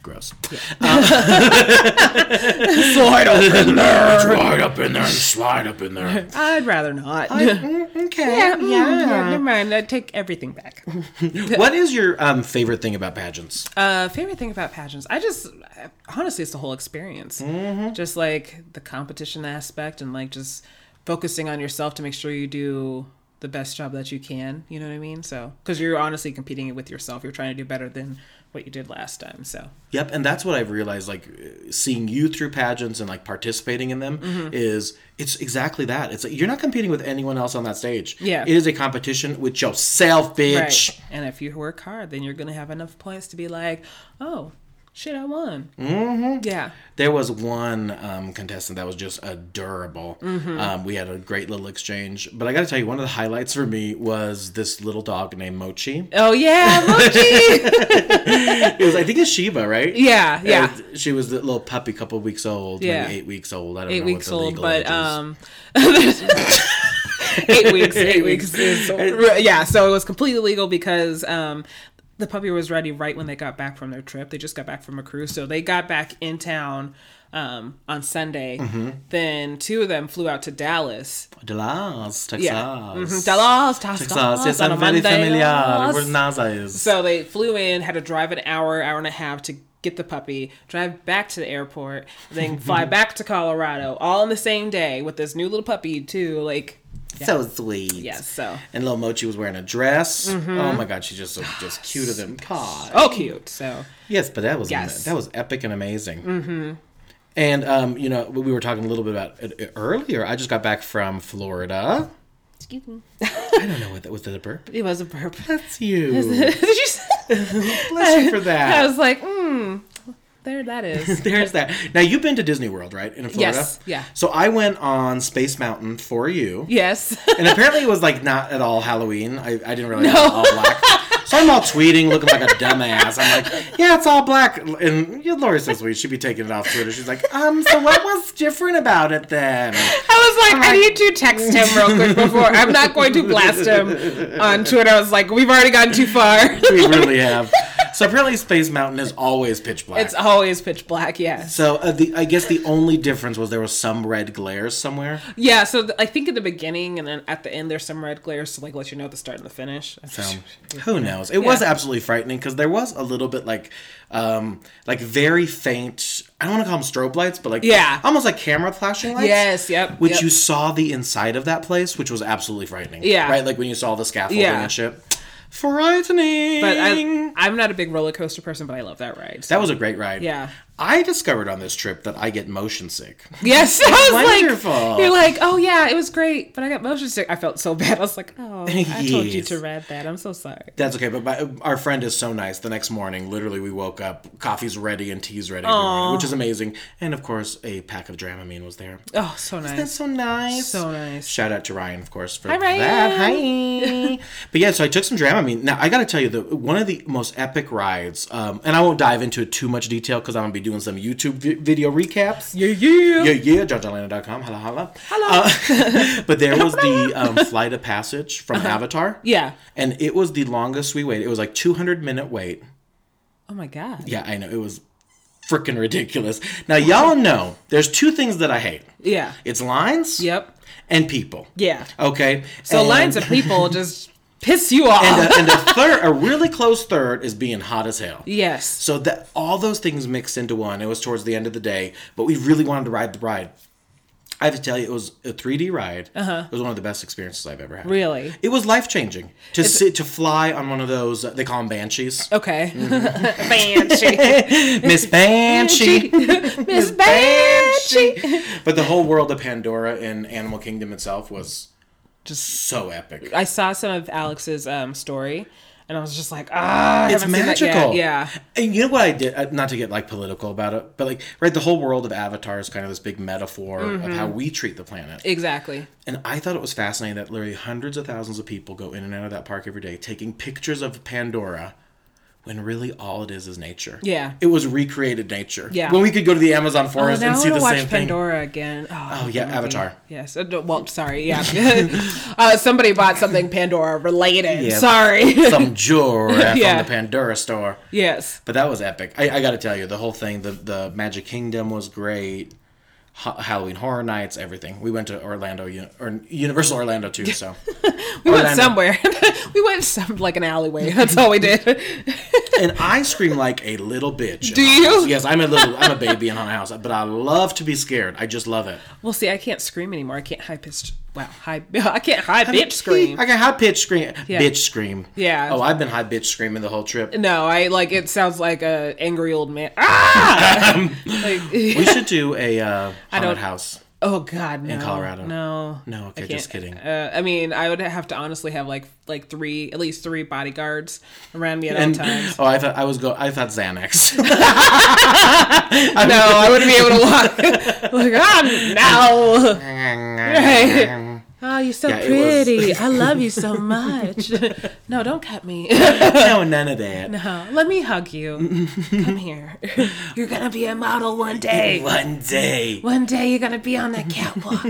Speaker 3: Gross. Uh,
Speaker 4: Slide open
Speaker 3: Slide up in there and slide up in there.
Speaker 4: I'd rather not.
Speaker 3: okay.
Speaker 4: Oh,
Speaker 3: Hmm,
Speaker 4: yeah, mm, yeah, Never mind. I take everything back.
Speaker 3: What is your um, favorite thing about pageants?
Speaker 4: Uh, favorite thing about pageants, I just honestly, it's the whole experience. Just like the competition aspect, and like just focusing on yourself to make sure you do the best job that you can. You know what I mean? So, because you're honestly competing with yourself, you're trying to do better than what you did last time. So,
Speaker 3: Yep, and that's what I've realized. Like uh, seeing you through pageants and like participating in them
Speaker 4: Mm-hmm.
Speaker 3: is it's exactly that. It's like, you're not competing with anyone else on that stage.
Speaker 4: Yeah.
Speaker 3: it is a competition with yourself, bitch.
Speaker 4: right. And if you work hard, then you're gonna have enough points to be like, oh. Shit, I won. Yeah.
Speaker 3: There was one um, contestant that was just adorable.
Speaker 4: Mm-hmm.
Speaker 3: Um, we had a great little exchange, but I got to tell you, one of the highlights for me was this little dog named Mochi.
Speaker 4: Oh yeah, Mochi.
Speaker 3: It was, I think, it's Shiva, right?
Speaker 4: yeah, yeah.
Speaker 3: Uh, she was the little puppy, couple weeks old,
Speaker 4: Yeah.
Speaker 3: maybe eight weeks old. I don't
Speaker 4: eight
Speaker 3: know
Speaker 4: weeks
Speaker 3: what the
Speaker 4: old,
Speaker 3: legal
Speaker 4: but
Speaker 3: age is.
Speaker 4: um, eight weeks, eight, weeks. is- r- yeah, so it was completely legal because um, the puppy was ready right when they got back from their trip. They just got back from a cruise, so they got back in town um, on Sunday. Then two of them flew out to Dallas.
Speaker 3: Dallas, Texas.
Speaker 4: Yeah, Mhm. Dallas, Texas.
Speaker 3: Texas, yes,
Speaker 4: on a
Speaker 3: I'm very
Speaker 4: Monday.
Speaker 3: familiar where NASA is.
Speaker 4: So they flew in, had to drive an hour, hour and a half to get the puppy, drive back to the airport, then fly back to Colorado, all in the same day with this new little puppy too. Like,
Speaker 3: So sweet.
Speaker 4: yes, Mm-hmm. so
Speaker 3: And Lil Mochi was wearing a dress. Oh my god, she's just so just cuter than God.
Speaker 4: oh cute. So
Speaker 3: Yes, but that was ama-
Speaker 4: Yes.
Speaker 3: that was epic and amazing. Mm-hmm. And um, you know, we were talking a little bit about it earlier. I just got back from Florida.
Speaker 4: excuse me.
Speaker 3: I don't know what that was. That a burp?
Speaker 4: It was a burp.
Speaker 3: That's you.
Speaker 4: Did you? s-
Speaker 3: Bless you for
Speaker 4: I
Speaker 3: that.
Speaker 4: was like, hmm. There that is.
Speaker 3: There's that. Now you've been to Disney World, right? In Florida.
Speaker 4: Yes, yeah.
Speaker 3: So I went on Space Mountain for you.
Speaker 4: Yes.
Speaker 3: and apparently it was like not at all Halloween. I, I didn't realize it was all black. So I'm all tweeting, looking like a dumbass. I'm like, yeah, it's all black. And yeah, Lori says we should be taking it off Twitter. She's like, um, so what was different about it then?
Speaker 4: I was like, I need to text him real quick before I'm not going to blast him on Twitter. I was like, we've already gone too far.
Speaker 3: We really have. So apparently Space Mountain is always pitch black.
Speaker 4: it's always pitch black. Yes.
Speaker 3: so uh, the, I guess the only difference was there was some red glares somewhere.
Speaker 4: Yeah, so th- I think at the beginning and then at the end, there's some red glares to like let you know the start and the finish.
Speaker 3: So who knows? It was
Speaker 4: Yeah.
Speaker 3: absolutely frightening because there was a little bit like, um, like very faint. I don't want to call them strobe lights, but like
Speaker 4: Yeah.
Speaker 3: almost like camera flashing lights.
Speaker 4: Yes, yep,
Speaker 3: Which
Speaker 4: yep.
Speaker 3: you saw the inside of that place, which was absolutely frightening.
Speaker 4: Yeah.
Speaker 3: right. Like when you saw the scaffolding
Speaker 4: Yeah.
Speaker 3: and shit. Frightening.
Speaker 4: But I, I'm not a big roller coaster person, but I love that ride.
Speaker 3: that was a great ride.
Speaker 4: Yeah.
Speaker 3: I discovered on this trip that I get motion sick.
Speaker 4: yes, I was
Speaker 3: Wonderful.
Speaker 4: like, you're like, oh yeah, it was great, but I got motion sick. I felt so bad. I was like, oh, I told you
Speaker 3: Yes.
Speaker 4: to ride that. I'm so sorry.
Speaker 3: That's okay, but my, our friend is so nice. The next morning, literally, we woke up, coffee's ready and tea's ready, every morning, which is amazing. And of course, a pack of Dramamine was there.
Speaker 4: Oh, so
Speaker 3: That's
Speaker 4: nice,
Speaker 3: so nice.
Speaker 4: so nice.
Speaker 3: Shout out to Ryan, of course, for
Speaker 4: Hi, Ryan.
Speaker 3: that. Hi. but yeah, so I took some Dramamine. Now I got to tell you, the one of the most epic rides, um, and I won't dive into it too much detail because I'm gonna be doing some YouTube vi- video recaps.
Speaker 4: Yeah, yeah.
Speaker 3: Yeah, yeah, JohnJohnLander.com. Hello, hello. Hello. Uh, but there was the um, Flight of Passage from Avatar.
Speaker 4: Uh-huh. Yeah.
Speaker 3: And it was the longest we waited. It was like 200 minute wait.
Speaker 4: Oh my god.
Speaker 3: Yeah, I know. It was freaking ridiculous. Now, y'all know there's two things that I hate
Speaker 4: Yeah.
Speaker 3: it's lines
Speaker 4: Yep.
Speaker 3: and people.
Speaker 4: Yeah.
Speaker 3: Okay.
Speaker 4: So
Speaker 3: And- um,
Speaker 4: lines of people just piss you off.
Speaker 3: And uh, a, and a third, a really close third, is being hot as hell.
Speaker 4: yes.
Speaker 3: So that all those things mixed into one. It was towards the end of the day, but we really wanted to ride the ride. I have to tell you, it was a 3D ride. It was one of the best experiences I've ever had.
Speaker 4: Really?
Speaker 3: It was life changing to sit to fly on one of those. uh, They call them banshees.
Speaker 4: Okay.
Speaker 3: Mm-hmm.
Speaker 4: Banshee.
Speaker 3: Miss Banshee.
Speaker 4: Miss Banshee.
Speaker 3: but the whole world of Pandora and Animal Kingdom itself was just so epic.
Speaker 4: I saw some of Alex's um, story, and I was just like, ah, I
Speaker 3: It's
Speaker 4: haven't seen that yet."
Speaker 3: magical.
Speaker 4: Yeah,
Speaker 3: And you know what I did? uh, Not to get like political about it, but like right, the whole world of Avatar is kind of this big metaphor
Speaker 4: Mm-hmm.
Speaker 3: of how we treat the planet.
Speaker 4: exactly.
Speaker 3: And I thought it was fascinating that literally hundreds of thousands of people go in and out of that park every day taking pictures of Pandora when really all it is is nature.
Speaker 4: Yeah.
Speaker 3: It was recreated nature.
Speaker 4: Yeah.
Speaker 3: When we could go to the Amazon
Speaker 4: Oh,
Speaker 3: forest
Speaker 4: now
Speaker 3: and
Speaker 4: I
Speaker 3: see
Speaker 4: want
Speaker 3: the
Speaker 4: to watch
Speaker 3: same thing.
Speaker 4: Pandora again. Oh,
Speaker 3: Oh, yeah,
Speaker 4: movie.
Speaker 3: Avatar.
Speaker 4: Yes. uh, no, Well, sorry. Yeah. uh, somebody bought something Pandora related.
Speaker 3: Yeah.
Speaker 4: Sorry.
Speaker 3: Some jewelry
Speaker 4: Yeah.
Speaker 3: from the Pandora store.
Speaker 4: yes.
Speaker 3: But that was epic. I, I got to tell you, the whole thing, the the Magic Kingdom was great. Ha- Halloween Horror Nights, everything. We went to Orlando, Uni- or Universal Orlando too. So,
Speaker 4: We went
Speaker 3: Orlando.
Speaker 4: somewhere. we went some like an alleyway. That's all we did.
Speaker 3: and I scream like a little bitch. in
Speaker 4: Do
Speaker 3: Haunted House.
Speaker 4: you?
Speaker 3: Yes, I'm a little, I'm a baby in Haunted House, but I love to be scared. I just love it.
Speaker 4: well, see, I can't scream anymore. I can't high pitched. Wow, high. I can't high bitch scream.
Speaker 3: I can high pitch scream.
Speaker 4: Yeah.
Speaker 3: Bitch scream.
Speaker 4: Yeah.
Speaker 3: Oh, I've been high bitch screaming the whole trip.
Speaker 4: no, I like it sounds like a angry old man. Ah! Like-
Speaker 3: We should do a uh,
Speaker 4: don't-
Speaker 3: haunted house.
Speaker 4: Oh God, no. in
Speaker 3: Colorado.
Speaker 4: No,
Speaker 3: No, okay,
Speaker 4: I
Speaker 3: just
Speaker 4: can't-
Speaker 3: kidding.
Speaker 4: Uh, I mean, I would have to honestly have like like three, at least three bodyguards around me at
Speaker 3: And
Speaker 4: all times.
Speaker 3: oh, I thought I was go. I thought Xanax.
Speaker 4: No, I wouldn't be able to walk. like ah, no. Right. Oh, you're so
Speaker 3: Yeah, it was-
Speaker 4: pretty. I love you so much. no, don't cut me.
Speaker 3: no, none of that.
Speaker 4: No, let me hug you. Come here. You're gonna be a model one day.
Speaker 3: One day
Speaker 4: One day you're gonna be on that catwalk.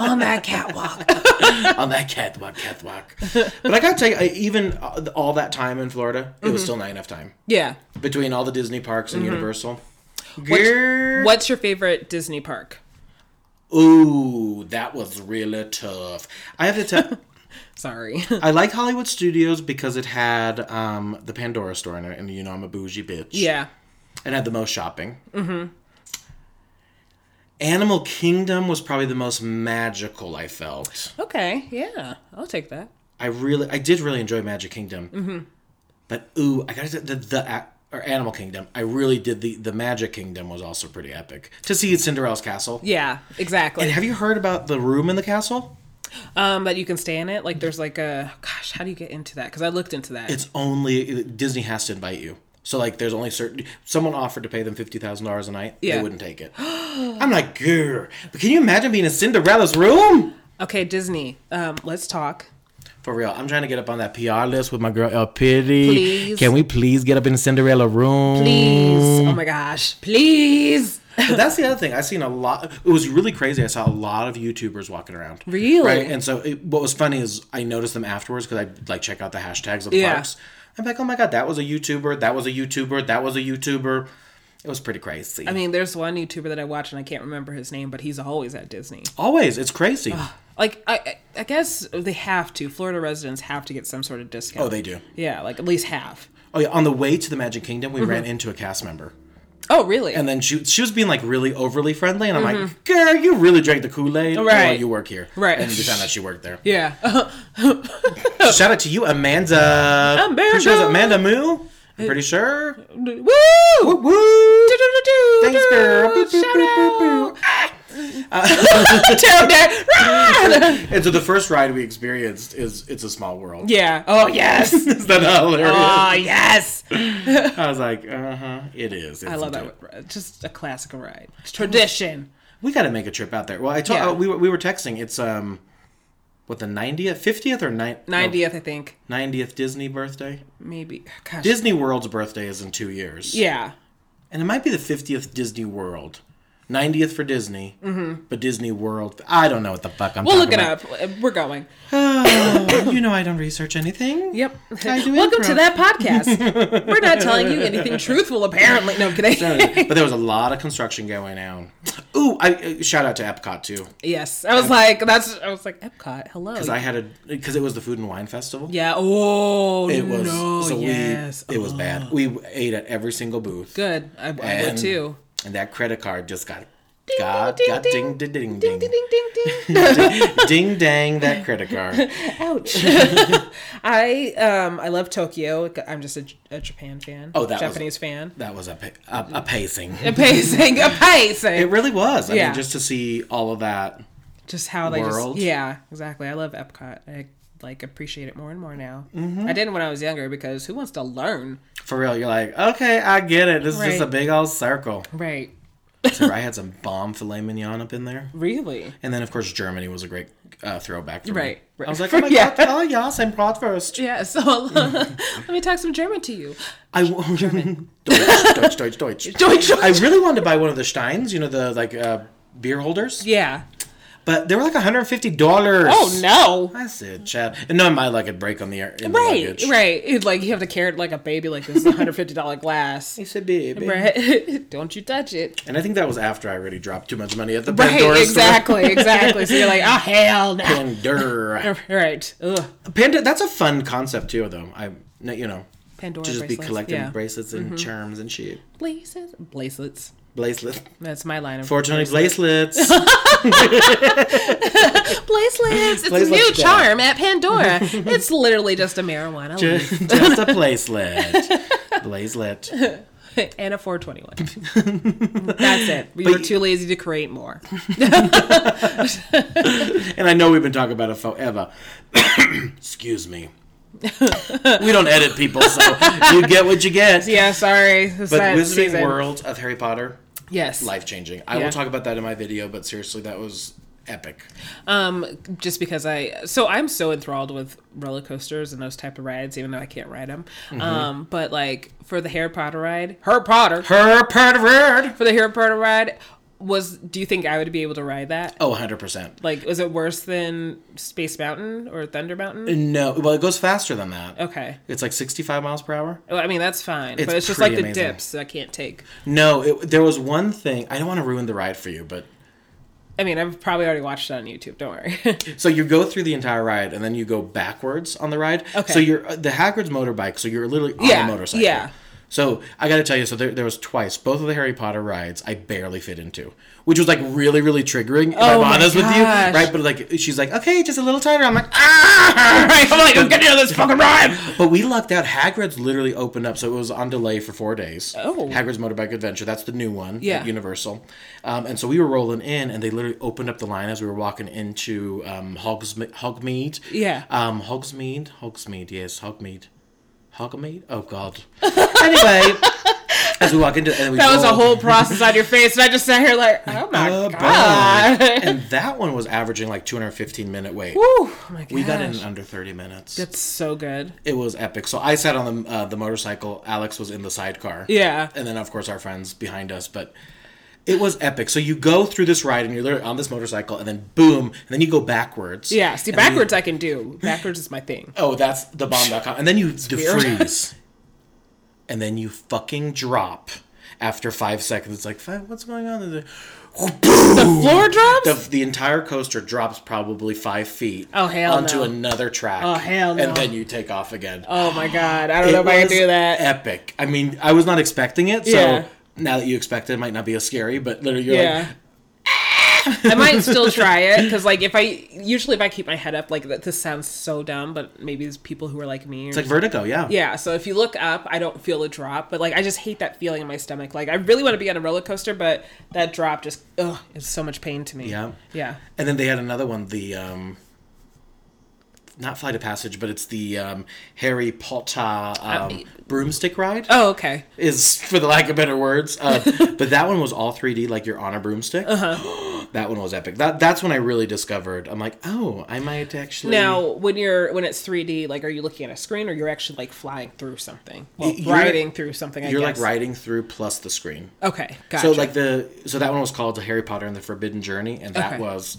Speaker 4: on that catwalk.
Speaker 3: on that catwalk, catwalk. But I gotta tell you, I, even uh, all that time in Florida, it was still not enough time
Speaker 4: Yeah.
Speaker 3: between all the Disney parks and Universal. Girl.
Speaker 4: What's your favorite Disney park?
Speaker 3: Ooh, that was really tough. I have to tell.
Speaker 4: Sorry.
Speaker 3: I like Hollywood Studios because it had um, the Pandora store in it, and you know I'm a bougie bitch.
Speaker 4: yeah.
Speaker 3: and had the most shopping. Mm-hmm. Animal Kingdom was probably the most magical I felt.
Speaker 4: Okay. Yeah. I'll take that.
Speaker 3: I really, I did really enjoy Magic Kingdom. Mm-hmm. But ooh, I gotta say the the a- or Animal Kingdom. I really did the the Magic Kingdom was also pretty epic to see Cinderella's castle.
Speaker 4: Yeah.
Speaker 3: And
Speaker 4: Exactly.
Speaker 3: have you heard about the room in the castle?
Speaker 4: Um, that you can stay in it. Like, there's like a gosh. How do you get into that? Because I looked into that.
Speaker 3: It's only Disney has to invite you. So like, there's only certain. Someone offered to pay them fifty thousand dollars a night.
Speaker 4: Yeah.
Speaker 3: They wouldn't take it. I'm like, grr. But can you imagine being in Cinderella's room?
Speaker 4: okay, Disney. Um, let's talk.
Speaker 3: For real, I'm trying to get up on that PR list with my girl El Pity.
Speaker 4: Please.
Speaker 3: Can we please get up in the Cinderella room?
Speaker 4: Please. Oh my gosh. Please.
Speaker 3: But that's the other thing. I've seen a lot. It was really crazy. I saw a lot of YouTubers walking around.
Speaker 4: Really?
Speaker 3: Right. And so it, what was funny is I noticed them afterwards because I like check out the hashtags of the
Speaker 4: Yeah.
Speaker 3: parks. I'm like, oh my god, that was a YouTuber. That was a YouTuber. That was a YouTuber. It was pretty crazy.
Speaker 4: I mean, there's one YouTuber that I watch and I can't remember his name, but he's always at Disney.
Speaker 3: always, it's crazy.
Speaker 4: Like, I, I- I guess they have to. Florida residents have to get some sort of discount.
Speaker 3: oh, they do.
Speaker 4: Yeah, like at least half.
Speaker 3: Oh yeah. On the way to the Magic Kingdom,
Speaker 4: Mm-hmm.
Speaker 3: we ran into a cast member.
Speaker 4: Oh, really?
Speaker 3: And then she she was being like really overly friendly, and I'm like, "Girl, you really drank the Kool Aid.
Speaker 4: Mm-hmm. Right.
Speaker 3: you work here,
Speaker 4: Right.
Speaker 3: And we found out she worked there.
Speaker 4: yeah.
Speaker 3: Shout out to you, Amanda.
Speaker 4: Amanda.
Speaker 3: Pretty sure it was Amanda Moo. I'm pretty sure.
Speaker 4: Woo!
Speaker 3: Woo!
Speaker 4: Do-do-do-do-do!
Speaker 3: Thanks, girl. Boop, boop,
Speaker 4: Shout
Speaker 3: boop, boop,
Speaker 4: out.
Speaker 3: boop.
Speaker 4: down Uh, there. Ah!
Speaker 3: And so the first ride we experienced is "It's a Small World."
Speaker 4: yeah. Oh yes.
Speaker 3: Is that not hilarious?
Speaker 4: Oh yes.
Speaker 3: I was like, "Uh huh, it is."
Speaker 4: I love that. ri- Just a classical ride. It's tradition.
Speaker 3: We got to make a trip out there. Well, I told
Speaker 4: Yeah.
Speaker 3: uh, we were, we were texting. It's um, what the 90th, 50th, or ni-
Speaker 4: Ninetieth, I think.
Speaker 3: no, 90th Disney birthday.
Speaker 4: Maybe. Gosh.
Speaker 3: Disney World's birthday is in two years.
Speaker 4: yeah.
Speaker 3: and it might be the 50th Disney World. 90th for Disney, but Disney World. I don't know what the fuck I'm
Speaker 4: Mm-hmm. We'll look
Speaker 3: talking
Speaker 4: it
Speaker 3: about.
Speaker 4: up. Uh, We're going.
Speaker 3: up. you know I don't research anything.
Speaker 4: Yep.
Speaker 3: I do
Speaker 4: Welcome to
Speaker 3: improv.
Speaker 4: that podcast. We're not telling you anything truthful, apparently. No, kidding.
Speaker 3: But there was a lot of construction going on. Ooh, I uh, shout out to Epcot too,
Speaker 4: yes, I was like, that's. I was like, Epcot. Hello.
Speaker 3: because I had a because it was the Food and Wine Festival.
Speaker 4: yeah. Oh
Speaker 3: it was
Speaker 4: no.
Speaker 3: so
Speaker 4: yes.
Speaker 3: we it was bad. We ate at every single booth,
Speaker 4: good. I, I would
Speaker 3: And-
Speaker 4: too.
Speaker 3: and that credit card just got
Speaker 4: Ding,
Speaker 3: got
Speaker 4: ding,
Speaker 3: got
Speaker 4: ding,
Speaker 3: ding ding ding
Speaker 4: Ding
Speaker 3: ding
Speaker 4: ding ding ding ding.
Speaker 3: ding dang that credit card.
Speaker 4: Ouch. I um I love Tokyo. I'm just a, a Japan fan.
Speaker 3: Oh, that was-
Speaker 4: Japanese fan.
Speaker 3: That was a pa- a, a pacing.
Speaker 4: Amazing, amazing.
Speaker 3: It really was. I
Speaker 4: Yeah.
Speaker 3: mean, just to see all of that.
Speaker 4: just how they
Speaker 3: World.
Speaker 4: just yeah, exactly. I love Epcot. I like appreciate it more and more now.
Speaker 3: Mm-hmm.
Speaker 4: I didn't when I was younger because who wants to learn?
Speaker 3: For real, you're like, okay, I get it. This is just a
Speaker 4: Right.
Speaker 3: big old circle.
Speaker 4: Right.
Speaker 3: So I had some bomb filet mignon up in there.
Speaker 4: Really?
Speaker 3: And then, of course, Germany was a great uh, throwback for
Speaker 4: Right,
Speaker 3: me.
Speaker 4: right.
Speaker 3: I was like, oh my
Speaker 4: Yeah.
Speaker 3: god, oh yes, I'm Bratwurst.
Speaker 4: Yeah, so uh, let me talk some German to you.
Speaker 3: I w- Deutsch, Deutsch, Deutsch, Deutsch.
Speaker 4: Deutsch, Deutsch.
Speaker 3: I really wanted to buy one of the Steins, you know, the like uh, beer holders,
Speaker 4: Yeah.
Speaker 3: but they were like $150.
Speaker 4: Oh no.
Speaker 3: I said, Chad. And no, my luggage break on the air. In The
Speaker 4: Right,
Speaker 3: luggage.
Speaker 4: right. It, like you have to carry it like a baby, like this $150 glass.
Speaker 3: He said, baby.
Speaker 4: Right. Don't you touch it.
Speaker 3: And I think that was after I already dropped too much money at the
Speaker 4: Right,
Speaker 3: Pandora
Speaker 4: exactly, exactly. So you're like, oh hell
Speaker 3: store.
Speaker 4: no.
Speaker 3: Pandora.
Speaker 4: Right. Ugh.
Speaker 3: Panda. That's a fun concept too, though. I, no, you know,
Speaker 4: Pandora
Speaker 3: to just
Speaker 4: bracelets.
Speaker 3: be collecting
Speaker 4: yeah. Mm-hmm.
Speaker 3: bracelets and charms and shit.
Speaker 4: Blazes. Bracelets.
Speaker 3: Blazlets.
Speaker 4: That's my line of
Speaker 3: Fortunately, blazlets.
Speaker 4: Bracelets. It's a
Speaker 3: Bracelets,
Speaker 4: new
Speaker 3: yeah.
Speaker 4: charm at Pandora. it's literally just a marijuana
Speaker 3: just a bracelet. Blazelet.
Speaker 4: leaf and a 421. That's it. We were too lazy to create more.
Speaker 3: And I know we've been talking about it forever. Excuse me. we don't edit people, so you get what you get.
Speaker 4: Yeah, sorry. It's
Speaker 3: But
Speaker 4: that
Speaker 3: Wizarding
Speaker 4: season.
Speaker 3: World of Harry Potter,
Speaker 4: Yes.
Speaker 3: life changing. I
Speaker 4: Yeah.
Speaker 3: will talk about that in my video, but seriously, that was epic.
Speaker 4: Um, just because I, so I'm so enthralled with roller coasters and those type of rides, even though I can't ride them.
Speaker 3: Mm-hmm.
Speaker 4: Um, but like for the Harry Potter ride, Harry Potter
Speaker 3: Her part of red.
Speaker 4: for the Harry Potter ride was. Do you think I would be able to ride that?
Speaker 3: Oh, 100%.
Speaker 4: Like, was it worse than Space Mountain or Thunder Mountain?
Speaker 3: No, well, it goes faster than that.
Speaker 4: Okay.
Speaker 3: It's like 65 miles per hour.
Speaker 4: Well, I mean that's fine,
Speaker 3: It's
Speaker 4: but it's just like
Speaker 3: pretty
Speaker 4: the
Speaker 3: amazing.
Speaker 4: dips that I can't take.
Speaker 3: No, it, there was one thing. I don't want to ruin the ride for you, but
Speaker 4: I mean, I've probably already watched it on YouTube. Don't worry.
Speaker 3: So you go through the entire ride, and then you go backwards on the ride.
Speaker 4: Okay.
Speaker 3: So you're uh, the Hagrid's motorbike. So you're literally on
Speaker 4: Yeah,
Speaker 3: a motorcycle.
Speaker 4: yeah.
Speaker 3: So I got to tell you, so there, there was twice. Both of the Harry Potter rides, I barely fit into, which was like really, really triggering. If
Speaker 4: Oh
Speaker 3: I'm
Speaker 4: my
Speaker 3: honest with you,
Speaker 4: gosh.
Speaker 3: right? But like, she's like, okay, just a little tighter. I'm like, ah! Right? I'm like, I'm getting out of this fucking ride. But we lucked out. Hagrid's literally opened up, so it was on delay for four days.
Speaker 4: Oh.
Speaker 3: Hagrid's Motorbike Adventure. That's the new one.
Speaker 4: Yeah.
Speaker 3: At Universal. Um, and so we were rolling in, and they literally opened up the line as we were walking into um, Hogsme- Hogmeade.
Speaker 4: Yeah.
Speaker 3: Um, Hogsmeade. Hogsmeade. Yes, Hogmeade. Hogmeade. Oh God. anyway, as we walk into, and we
Speaker 4: that was a
Speaker 3: roll-
Speaker 4: whole process on your face, and I just sat here like, oh my
Speaker 3: Uh,
Speaker 4: god.
Speaker 3: bye. and that one was averaging like 215 minute wait.
Speaker 4: Woo! Oh my gosh.
Speaker 3: We got in in under 30 minutes.
Speaker 4: That's so good.
Speaker 3: It was epic. So I sat on the uh, the motorcycle. Alex was in the sidecar.
Speaker 4: Yeah.
Speaker 3: and then of course our friends behind us but it was epic so you go through this ride and you're literally on this motorcycle and then boom and then you go backwards
Speaker 4: Yeah. See,
Speaker 3: And then you-
Speaker 4: backwards I can do. Backwards is my thing.
Speaker 3: oh that's the bomb.com and then you
Speaker 4: weird.
Speaker 3: defreeze and then you fucking drop after five seconds it's like five what's going on And then- Boom!
Speaker 4: Floor drops?
Speaker 3: the, the entire coaster drops probably five feet
Speaker 4: Oh, hell
Speaker 3: onto
Speaker 4: no.
Speaker 3: another track
Speaker 4: Oh, hell no.
Speaker 3: and then you take off again
Speaker 4: oh my god. I don't know if I can
Speaker 3: was
Speaker 4: do that.
Speaker 3: Epic. I mean, I was not expecting it, so
Speaker 4: Yeah.
Speaker 3: now that you expect it, it might not be as scary, but literally you're
Speaker 4: yeah. I might still try it because, like, if I usually if I keep my head up, like, that- this sounds so dumb, but maybe there's people who are like me. Or
Speaker 3: like, it's like vertigo, yeah.
Speaker 4: Yeah, so if you look up, I don't feel a drop, but like I just hate that feeling in my stomach. Like I really want to be on a roller coaster, but that drop just ugh, is so much pain to me.
Speaker 3: Yeah.
Speaker 4: Yeah.
Speaker 3: And then they had another one, the um not flight of passage, but it's the um, Harry Potter um, broomstick ride.
Speaker 4: Oh, okay.
Speaker 3: Is for the lack of better words, uh, but that one was all 3D, like you're on a broomstick.
Speaker 4: Uh-huh.
Speaker 3: that one was epic. That that's when I really discovered. I'm like, oh, I might actually
Speaker 4: Now, when you're when it's 3D, like are you looking at a screen or you're actually like flying through something? Well,
Speaker 3: You're-
Speaker 4: riding through something. I
Speaker 3: You're
Speaker 4: guess.
Speaker 3: like riding through plus the screen.
Speaker 4: Okay, gotcha.
Speaker 3: So like the so that one was called Harry Potter and the Forbidden Journey, and that
Speaker 4: Okay.
Speaker 3: was,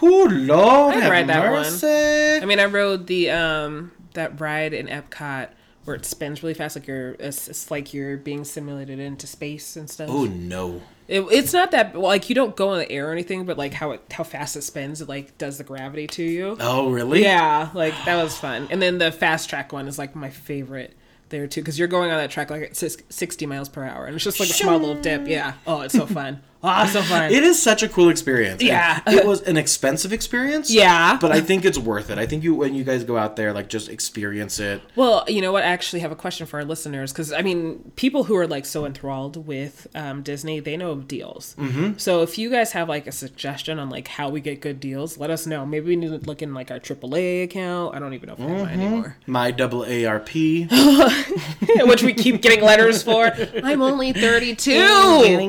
Speaker 3: oh Lord, have
Speaker 4: ride that one.
Speaker 3: mercy.
Speaker 4: I mean, I rode the um that ride in Epcot where it spins really fast, like you're it's, it's like you're being simulated into space and stuff.
Speaker 3: oh no,
Speaker 4: It, it's not that well, like you don't go in the air or anything, but like how it how fast it spins, it like does the gravity to you.
Speaker 3: oh really?
Speaker 4: Yeah, like that was fun. And then the fast track one is like my favorite there too, because you're going on that track like at sis- sixty miles per hour, and it's just like a small little dip. Yeah. Oh, it's so fun. Oh, it's so fun.
Speaker 3: Ah, It is such a cool experience. And
Speaker 4: Yeah.
Speaker 3: it was an expensive experience.
Speaker 4: Yeah.
Speaker 3: but I think it's worth it. I think you when you guys go out there, like just experience it.
Speaker 4: Well, you know what? I actually have a question for our listeners because I mean, people who are like so enthralled with um, Disney, they know of deals. Mm-hmm. So if you guys have like a suggestion on like how we get good deals, let us know. Maybe we need to look in like our AAA account. I don't even know if I have mine anymore,
Speaker 3: My double ARP.
Speaker 4: which we keep getting letters for. I'm only 32.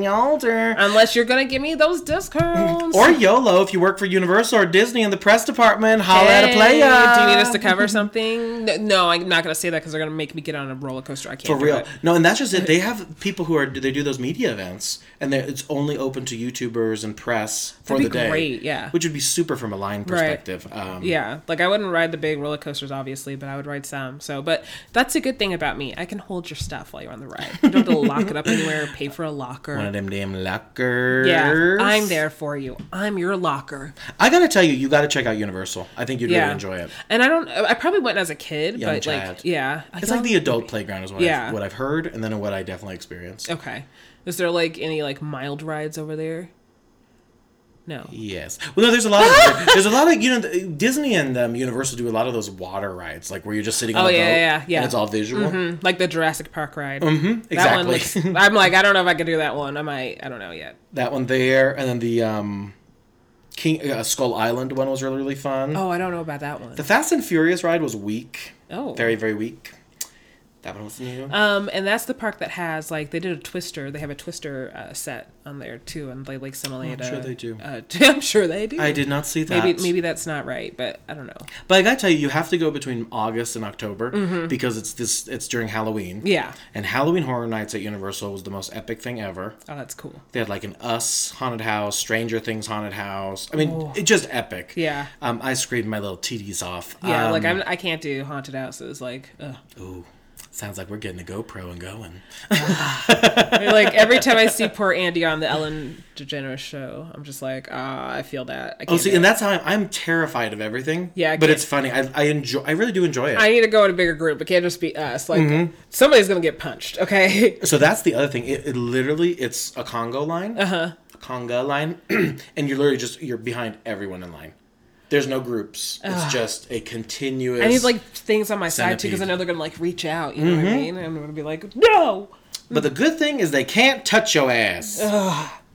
Speaker 3: older.
Speaker 4: Unless unless you're gonna give me those discounts.
Speaker 3: Or YOLO if you work for Universal or Disney in the press department. Holla at a
Speaker 4: Hey,
Speaker 3: player.
Speaker 4: Do you need us to cover something? No, no, I'm not gonna say that because they're gonna make me get on a roller coaster. I can't.
Speaker 3: For
Speaker 4: do
Speaker 3: real.
Speaker 4: it.
Speaker 3: No, and that's just it. They have people who are they do those media events, and they're- it's only open to YouTubers and press for
Speaker 4: That'd
Speaker 3: the
Speaker 4: be
Speaker 3: day.
Speaker 4: great, yeah.
Speaker 3: Which would be super from a line perspective. Um,
Speaker 4: Yeah, like I wouldn't ride the big roller coasters, obviously, but I would ride some. So, but that's a good thing about me. I can hold your stuff while you're on the ride. You don't have to lock it up anywhere. Pay for a
Speaker 3: One of
Speaker 4: locker.
Speaker 3: them damn lockers.
Speaker 4: Yeah, I'm there for you. I'm your locker.
Speaker 3: I gotta tell you, you gotta check out Universal. I think you'd
Speaker 4: Yeah,
Speaker 3: really enjoy it.
Speaker 4: And I don't. I probably went as a kid,
Speaker 3: Young
Speaker 4: but
Speaker 3: child.
Speaker 4: like, yeah, A
Speaker 3: It's like
Speaker 4: young-
Speaker 3: the adult playground is what,
Speaker 4: Yeah.
Speaker 3: I've, what I've heard, and then what I definitely experienced.
Speaker 4: Okay. Is there like any like mild rides over there? No.
Speaker 3: Yes. Well, no, there's a lot of there's a lot of you know the- Disney and um, Universal do a lot of those water rides, like where you're just sitting on
Speaker 4: Oh,
Speaker 3: a
Speaker 4: yeah,
Speaker 3: boat
Speaker 4: yeah, yeah.
Speaker 3: and it's all visual.
Speaker 4: Mm, Like the Jurassic Park ride.
Speaker 3: Mm-hmm. Exactly.
Speaker 4: That one looks. I'm like, I don't know if I could do that one. I might. I don't know yet.
Speaker 3: that one there, and then the um, King uh, Skull Island one was really really fun.
Speaker 4: Oh, I don't know about that one.
Speaker 3: The Fast and Furious ride was weak.
Speaker 4: Oh.
Speaker 3: Very very weak. That one was new.
Speaker 4: Um, and that's the park that has like they did a Twister. They have a Twister uh, set on there too, and they like simulate.
Speaker 3: I'm sure
Speaker 4: a-
Speaker 3: they do.
Speaker 4: Uh, I'm sure they do.
Speaker 3: I did not see that.
Speaker 4: Maybe maybe that's not right, but I don't know.
Speaker 3: But I gotta tell you, you have to go between August and October because it's this. It's during Halloween.
Speaker 4: Mm-hmm. Yeah.
Speaker 3: And Halloween Horror Nights at Universal was the most epic thing ever.
Speaker 4: Oh, that's cool.
Speaker 3: They had like an Us haunted house, Stranger Things haunted house. I mean, it just epic.
Speaker 4: Oh. Yeah.
Speaker 3: Um, I screamed my little titties off.
Speaker 4: Yeah,
Speaker 3: Um,
Speaker 4: like I'm. I can't do haunted houses. Like, ugh.
Speaker 3: Ooh, sounds like we're getting a GoPro and going.
Speaker 4: I mean, like every time I see poor Andy on the Ellen DeGeneres show, I'm just like, ah, I feel that. I can't
Speaker 3: Oh, see,
Speaker 4: do
Speaker 3: and
Speaker 4: it.
Speaker 3: that's how I'm, I'm terrified of everything.
Speaker 4: Yeah, I
Speaker 3: But
Speaker 4: can't-
Speaker 3: it's funny. I, I enjoy. I really do enjoy it.
Speaker 4: I need to go in a bigger group. It can't just be us. Like somebody's gonna get punched. Okay.
Speaker 3: So that's the other thing. It, it literally, it's a Congo line. Uh
Speaker 4: Uh-huh.
Speaker 3: huh. A Congo line, and you're literally just you're behind everyone in line. There's no groups. It's just a continuous.
Speaker 4: I need like things on my side too, because I
Speaker 3: Centipede.
Speaker 4: know they're gonna like reach out. You know what I mean? And I'm gonna be like, no.
Speaker 3: But the good thing is they can't touch your ass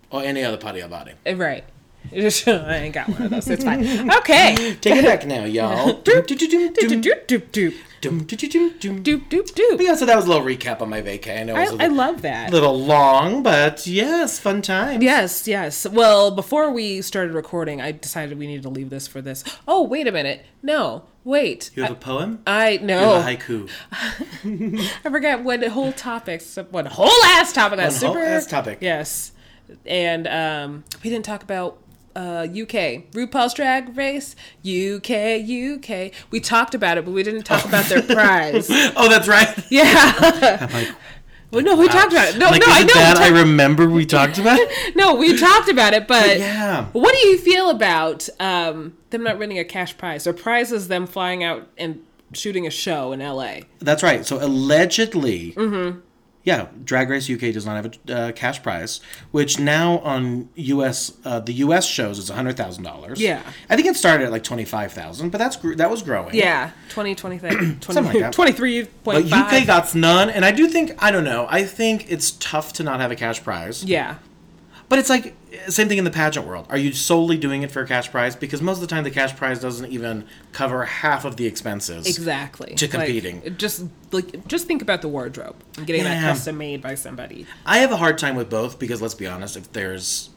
Speaker 3: or any other part of your body.
Speaker 4: Eh, Right. I ain't got one of those. It's fine. Okay.
Speaker 3: Take it back now, y'all. Doom, doom, doom, doom,
Speaker 4: Doop,
Speaker 3: doop,
Speaker 4: doop, doop, doop.
Speaker 3: doom, doom, doom, doom, doom.
Speaker 4: Doop, doop, doop.
Speaker 3: Yeah, so that was a little recap on my vacay. I know it was a
Speaker 4: I, I
Speaker 3: little,
Speaker 4: love that.
Speaker 3: little long, but yes, fun time.
Speaker 4: Yes, yes. Well, before we started recording, I decided we needed to leave this for this. Oh, wait a minute. No, wait.
Speaker 3: You have a poem?
Speaker 4: Uh, I
Speaker 3: You have
Speaker 4: know.
Speaker 3: a haiku.
Speaker 4: I forgot what whole topic, what whole ass topic. That
Speaker 3: One
Speaker 4: super
Speaker 3: whole ass topic.
Speaker 4: Yes, and um, we didn't talk about uh, UK RuPaul's Drag Race. UK, UK. We talked about it, but we didn't talk about their prize.
Speaker 3: Oh, that's right.
Speaker 4: Yeah.
Speaker 3: I'm like,
Speaker 4: well, no, we talked about it. No,
Speaker 3: like
Speaker 4: no, I
Speaker 3: isn't
Speaker 4: know.
Speaker 3: that
Speaker 4: we
Speaker 3: I
Speaker 4: talked-
Speaker 3: remember we talked about?
Speaker 4: no, we talked about it, but
Speaker 3: yeah.
Speaker 4: What do you feel about um, them not winning a cash prize? Or prizes them flying out and shooting a show in LA?
Speaker 3: That's right. So allegedly,
Speaker 4: Mm-hmm.
Speaker 3: yeah, Drag Race UK does not have a uh, cash prize, which now on US uh, the US shows is hundred thousand dollars.
Speaker 4: Yeah.
Speaker 3: I think it started at like twenty five thousand, but that's gr- that was growing.
Speaker 4: Yeah, 20, 23,
Speaker 3: Something like that.
Speaker 4: 23.5.
Speaker 3: But UK got none, and I do think I don't know. I think it's tough to not have a cash prize.
Speaker 4: yeah.
Speaker 3: But it's like same thing in the pageant world. Are you solely doing it for a cash prize? Because most of the time, the cash prize doesn't even cover half of the expenses.
Speaker 4: Exactly.
Speaker 3: To
Speaker 4: Like,
Speaker 3: competing.
Speaker 4: just like just think about the wardrobe and getting that
Speaker 3: Yeah.
Speaker 4: custom made by somebody.
Speaker 3: I have a hard time with both because let's be honest, if there's,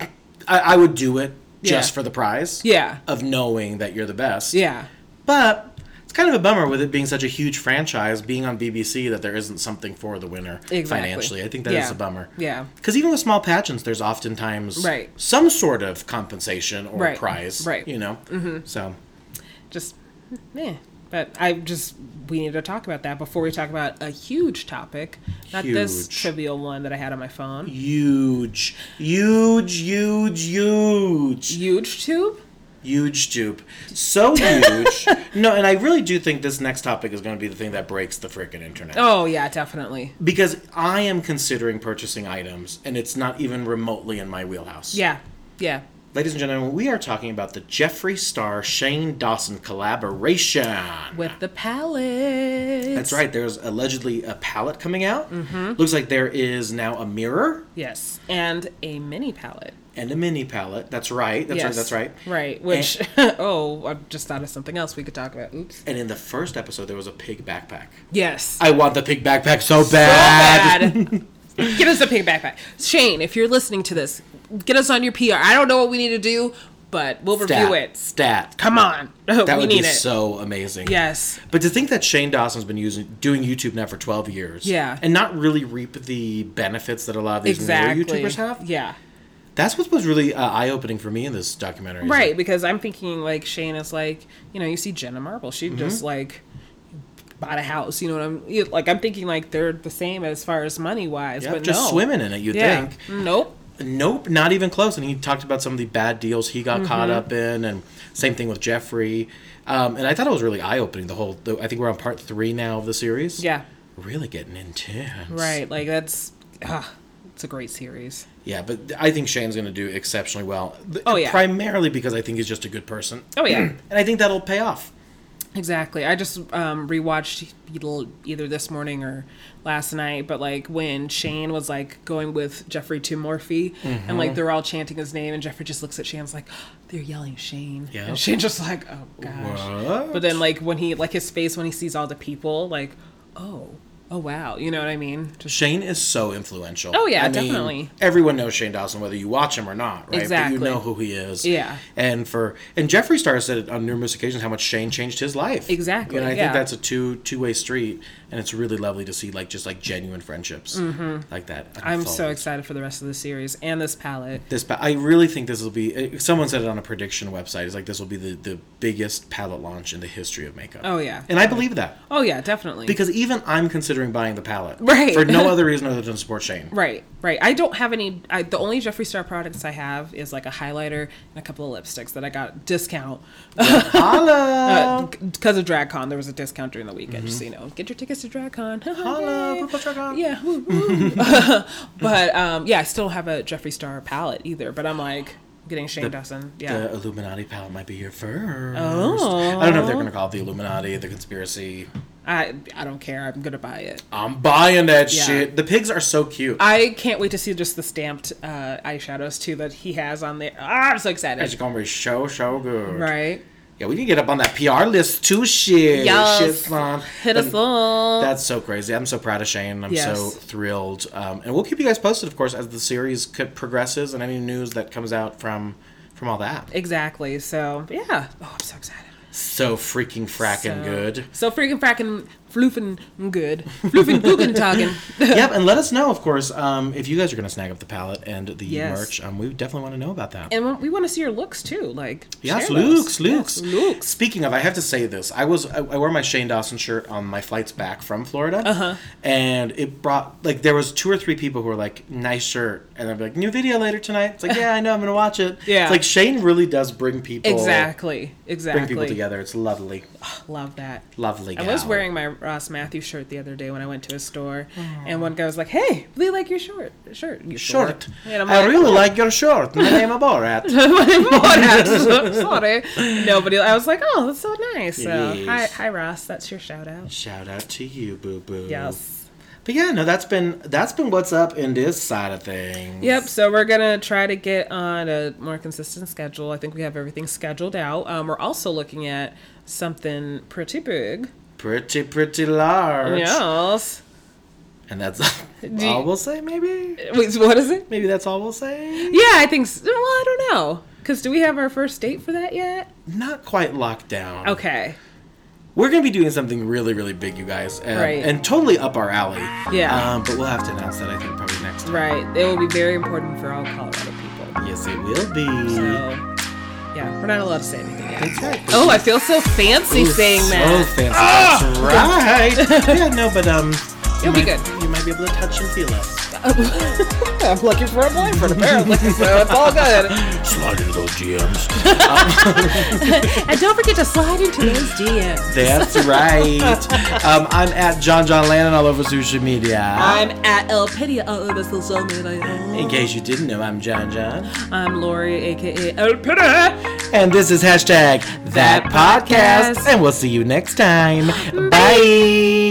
Speaker 3: I, I would do it just
Speaker 4: Yeah.
Speaker 3: for the prize.
Speaker 4: Yeah.
Speaker 3: Of knowing that you're the best.
Speaker 4: Yeah.
Speaker 3: But it's kind of a bummer with it being such a huge franchise, being on BBC, that there isn't something for the winner
Speaker 4: Exactly.
Speaker 3: financially. I think that is
Speaker 4: Yeah.
Speaker 3: a bummer.
Speaker 4: Yeah.
Speaker 3: Because even with small pageants, there's oftentimes
Speaker 4: Right.
Speaker 3: some sort of compensation or
Speaker 4: Right.
Speaker 3: prize.
Speaker 4: Right.
Speaker 3: You know. Mm-hmm. So.
Speaker 4: Just meh. But I just we need to talk about that before we talk about a huge topic, not this
Speaker 3: Huge.
Speaker 4: trivial one that I had on my phone.
Speaker 3: Huge, huge, huge, huge.
Speaker 4: Huge tube.
Speaker 3: huge tube so huge no and i really do think this next topic is going to be the thing that breaks the freaking internet
Speaker 4: Oh yeah, definitely.
Speaker 3: because i am considering purchasing items and it's not even remotely in my wheelhouse
Speaker 4: Yeah, yeah.
Speaker 3: ladies and gentlemen we are talking about the jeffree star shane dawson collaboration
Speaker 4: With the palette.
Speaker 3: that's right there's allegedly a palette coming out
Speaker 4: Mm-hmm.
Speaker 3: looks like there is now a mirror
Speaker 4: Yes, and a mini palette.
Speaker 3: and a mini palette that's right that's right
Speaker 4: yes,
Speaker 3: that's right
Speaker 4: Right. Which oh, I just thought of something else we could talk about. Oops.
Speaker 3: and in the first episode there was a pig backpack
Speaker 4: Yes.
Speaker 3: i want the pig backpack so
Speaker 4: So bad. Get us a pink backpack. Shane, if you're listening to this, get us on your PR. I don't know what we need to do, but we'll
Speaker 3: Stat.
Speaker 4: review it.
Speaker 3: Stat.
Speaker 4: Come on. we
Speaker 3: That would
Speaker 4: need
Speaker 3: be
Speaker 4: it.
Speaker 3: so amazing.
Speaker 4: yes.
Speaker 3: But to think that Shane Dawson's been using doing YouTube now for twelve years,
Speaker 4: Yeah.
Speaker 3: and not really reap the benefits that a lot of these newer
Speaker 4: Exactly.
Speaker 3: YouTubers have,
Speaker 4: Yeah.
Speaker 3: that's what was really uh, eye opening for me in this documentary. is
Speaker 4: Right,
Speaker 3: like,
Speaker 4: because I'm thinking like Shane is like, you know, you see Jenna Marble, she
Speaker 3: Mm-hmm.
Speaker 4: just like bought a house, you know what I'm you- like I'm thinking like they're the same as far as money wise,
Speaker 3: yep,
Speaker 4: but
Speaker 3: just
Speaker 4: no.
Speaker 3: swimming in it, you'd
Speaker 4: yeah.
Speaker 3: think.
Speaker 4: Nope.
Speaker 3: Nope, not even close. And he talked about some of the bad deals he got caught
Speaker 4: Mm-hmm.
Speaker 3: up in, and same thing with Jeffrey. Um, and I thought it was really eye opening. The whole, the, I think we're on part three now of the series.
Speaker 4: Yeah.
Speaker 3: really getting intense.
Speaker 4: Right. Like that's ah, it's a great series.
Speaker 3: Yeah, but I think Shane's going to do exceptionally well. Th-
Speaker 4: Oh, yeah.
Speaker 3: primarily because I think he's just a good person,
Speaker 4: Oh yeah.
Speaker 3: and I think that'll pay off.
Speaker 4: Exactly. I just um, rewatched Beetle either this morning or last night, but like when Shane was like going with Jeffrey to Morphe and like they're all chanting his name, and Jeffrey just looks at Shane's like, they're yelling Shane.
Speaker 3: Yeah.
Speaker 4: And Shane just like, oh gosh.
Speaker 3: What?
Speaker 4: But then like when he, like his face when he sees all the people, like, oh, oh wow. You know what I mean? Just
Speaker 3: Shane is so influential.
Speaker 4: Oh, yeah,
Speaker 3: I
Speaker 4: definitely.
Speaker 3: Everyone knows Shane Dawson, whether you watch him or not, right?
Speaker 4: Exactly.
Speaker 3: But you know who he is.
Speaker 4: Yeah.
Speaker 3: And for and Jeffree Star said it on numerous occasions how much Shane changed his life.
Speaker 4: Exactly,
Speaker 3: And I
Speaker 4: yeah.
Speaker 3: think that's a two two way street, and it's really lovely to see like just like genuine friendships like that.
Speaker 4: Mm-hmm. I'm
Speaker 3: unfold.
Speaker 4: so excited for the rest of the series and this palette.
Speaker 3: This, pa- I really think this will be. uh, Someone said it on a prediction website. It's like this will be the, the biggest palette launch in the history of makeup.
Speaker 4: Oh, yeah.
Speaker 3: and I believe that
Speaker 4: Oh yeah, definitely.
Speaker 3: because even I'm considering buying the palette,
Speaker 4: Right.
Speaker 3: For no other reason other than to support Shane.
Speaker 4: Right, right. I don't have any. I, the only Jeffree Star products I have is like a highlighter and a couple of lipsticks that I got discount
Speaker 3: Holla!
Speaker 4: because of DragCon. There was a discount during the weekend, just so you know. Get your tickets to DragCon.
Speaker 3: Mm-hmm. Holla,
Speaker 4: Yay.
Speaker 3: Purple Dragon.
Speaker 4: Uh, yeah, woo, woo. but um, yeah, I still don't have a Jeffree Star palette either. But I'm like getting Shane Dawson. Yeah,
Speaker 3: The Illuminati palette might be here first.
Speaker 4: Oh.
Speaker 3: I don't know if they're going to call it the Illuminati, the conspiracy.
Speaker 4: I I don't care. I'm gonna buy it.
Speaker 3: I'm buying that
Speaker 4: Yeah.
Speaker 3: shit. The pigs are so cute. I,
Speaker 4: I can't wait to see just the stamped uh, eyeshadows too that he has on there. Ah, I'm so
Speaker 3: it's
Speaker 4: excited.
Speaker 3: going to be so, so good.
Speaker 4: Right.
Speaker 3: Yeah, we can get up on that PR list too. Shit.
Speaker 4: Yes.
Speaker 3: Shit, son.
Speaker 4: Hit us
Speaker 3: And
Speaker 4: up.
Speaker 3: That's so crazy. I'm so proud of Shane. I'm so
Speaker 4: Yes.
Speaker 3: thrilled. Um, and we'll keep you guys posted, of course, as the series co- progresses and any news that comes out from from all that.
Speaker 4: Exactly. So yeah. Oh, I'm so excited.
Speaker 3: So freaking fracking
Speaker 4: so,
Speaker 3: good.
Speaker 4: So freaking fracking floofing good. Floofing googin talking.
Speaker 3: yep, and let us know, of course, um, if you guys are going to snag up the palette and the
Speaker 4: Yes.
Speaker 3: merch. Um, we definitely want to know about that.
Speaker 4: And we- we want to see your looks too. Like
Speaker 3: Yes,
Speaker 4: share those.
Speaker 3: Luke's, Luke's,
Speaker 4: Yes, Luke's.
Speaker 3: Speaking of, I have to say this. I was I, I wore my Shane Dawson shirt on my flights back from Florida, uh-huh. and it brought like there was two or three people who were like, "Nice shirt," and I'd be like, "New video later tonight." It's like, yeah, I know, I'm gonna watch it.
Speaker 4: Yeah.
Speaker 3: it's like Shane really does bring people
Speaker 4: Exactly. Exactly.
Speaker 3: bring people together. It's lovely,
Speaker 4: Love that.
Speaker 3: lovely.
Speaker 4: I was
Speaker 3: gal.
Speaker 4: wearing my Ross Matthews shirt the other day when I went to a store, and one guy was like, "Hey, really like your shirt, shirt, your
Speaker 3: short.
Speaker 4: And I'm
Speaker 3: I
Speaker 4: like, "Oh."
Speaker 3: really like your shirt. My name is Borat.
Speaker 4: "Borat." Sorry, nobody. I was like, "Oh, that's so nice." So, hi,
Speaker 3: Yes.
Speaker 4: hi, Ross. That's your shout out.
Speaker 3: Shout out to you, boo boo.
Speaker 4: Yes.
Speaker 3: But yeah, no, that's been that's been what's up in this side of things.
Speaker 4: Yep. So we're gonna try to get on a more consistent schedule. I think we have everything scheduled out. Um, we're also looking at something pretty big.
Speaker 3: Pretty, pretty large.
Speaker 4: Yes.
Speaker 3: And that's
Speaker 4: you-
Speaker 3: all we'll say, maybe?
Speaker 4: Wait. so What is it?
Speaker 3: Maybe that's all we'll say?
Speaker 4: Yeah, I think. s- Well, I don't know. Cause do we have our first date for that yet?
Speaker 3: Not quite locked down.
Speaker 4: Okay.
Speaker 3: We're going to be doing something really, really big, you guys. And,
Speaker 4: Right.
Speaker 3: and totally up our alley.
Speaker 4: Yeah.
Speaker 3: Um, but we'll have to announce that, I think, probably next time.
Speaker 4: Right. It will be very important for all Colorado people.
Speaker 3: Yes, it will be.
Speaker 4: So, yeah, we're not allowed to say anything yet.
Speaker 3: That's right.
Speaker 4: Oh, I feel so fancy saying
Speaker 3: Oh,
Speaker 4: that.
Speaker 3: fancy.
Speaker 4: Ah!
Speaker 3: That's right. yeah, no, but um,
Speaker 4: It'll be good.
Speaker 3: you might be able to touch and feel us.
Speaker 4: I'm looking for a boyfriend apparently, so it's all good.
Speaker 3: Slide into those GMs.
Speaker 4: And don't forget to slide into those DMs.
Speaker 3: That's right. Um, I'm at John John Lannon all over social media.
Speaker 4: I'm at Elpedia all over social media.
Speaker 3: In case you didn't know, I'm John John.
Speaker 4: I'm Lori, aka Elpedia.
Speaker 3: And this is hashtag that podcast. And we'll see you next time. Bye.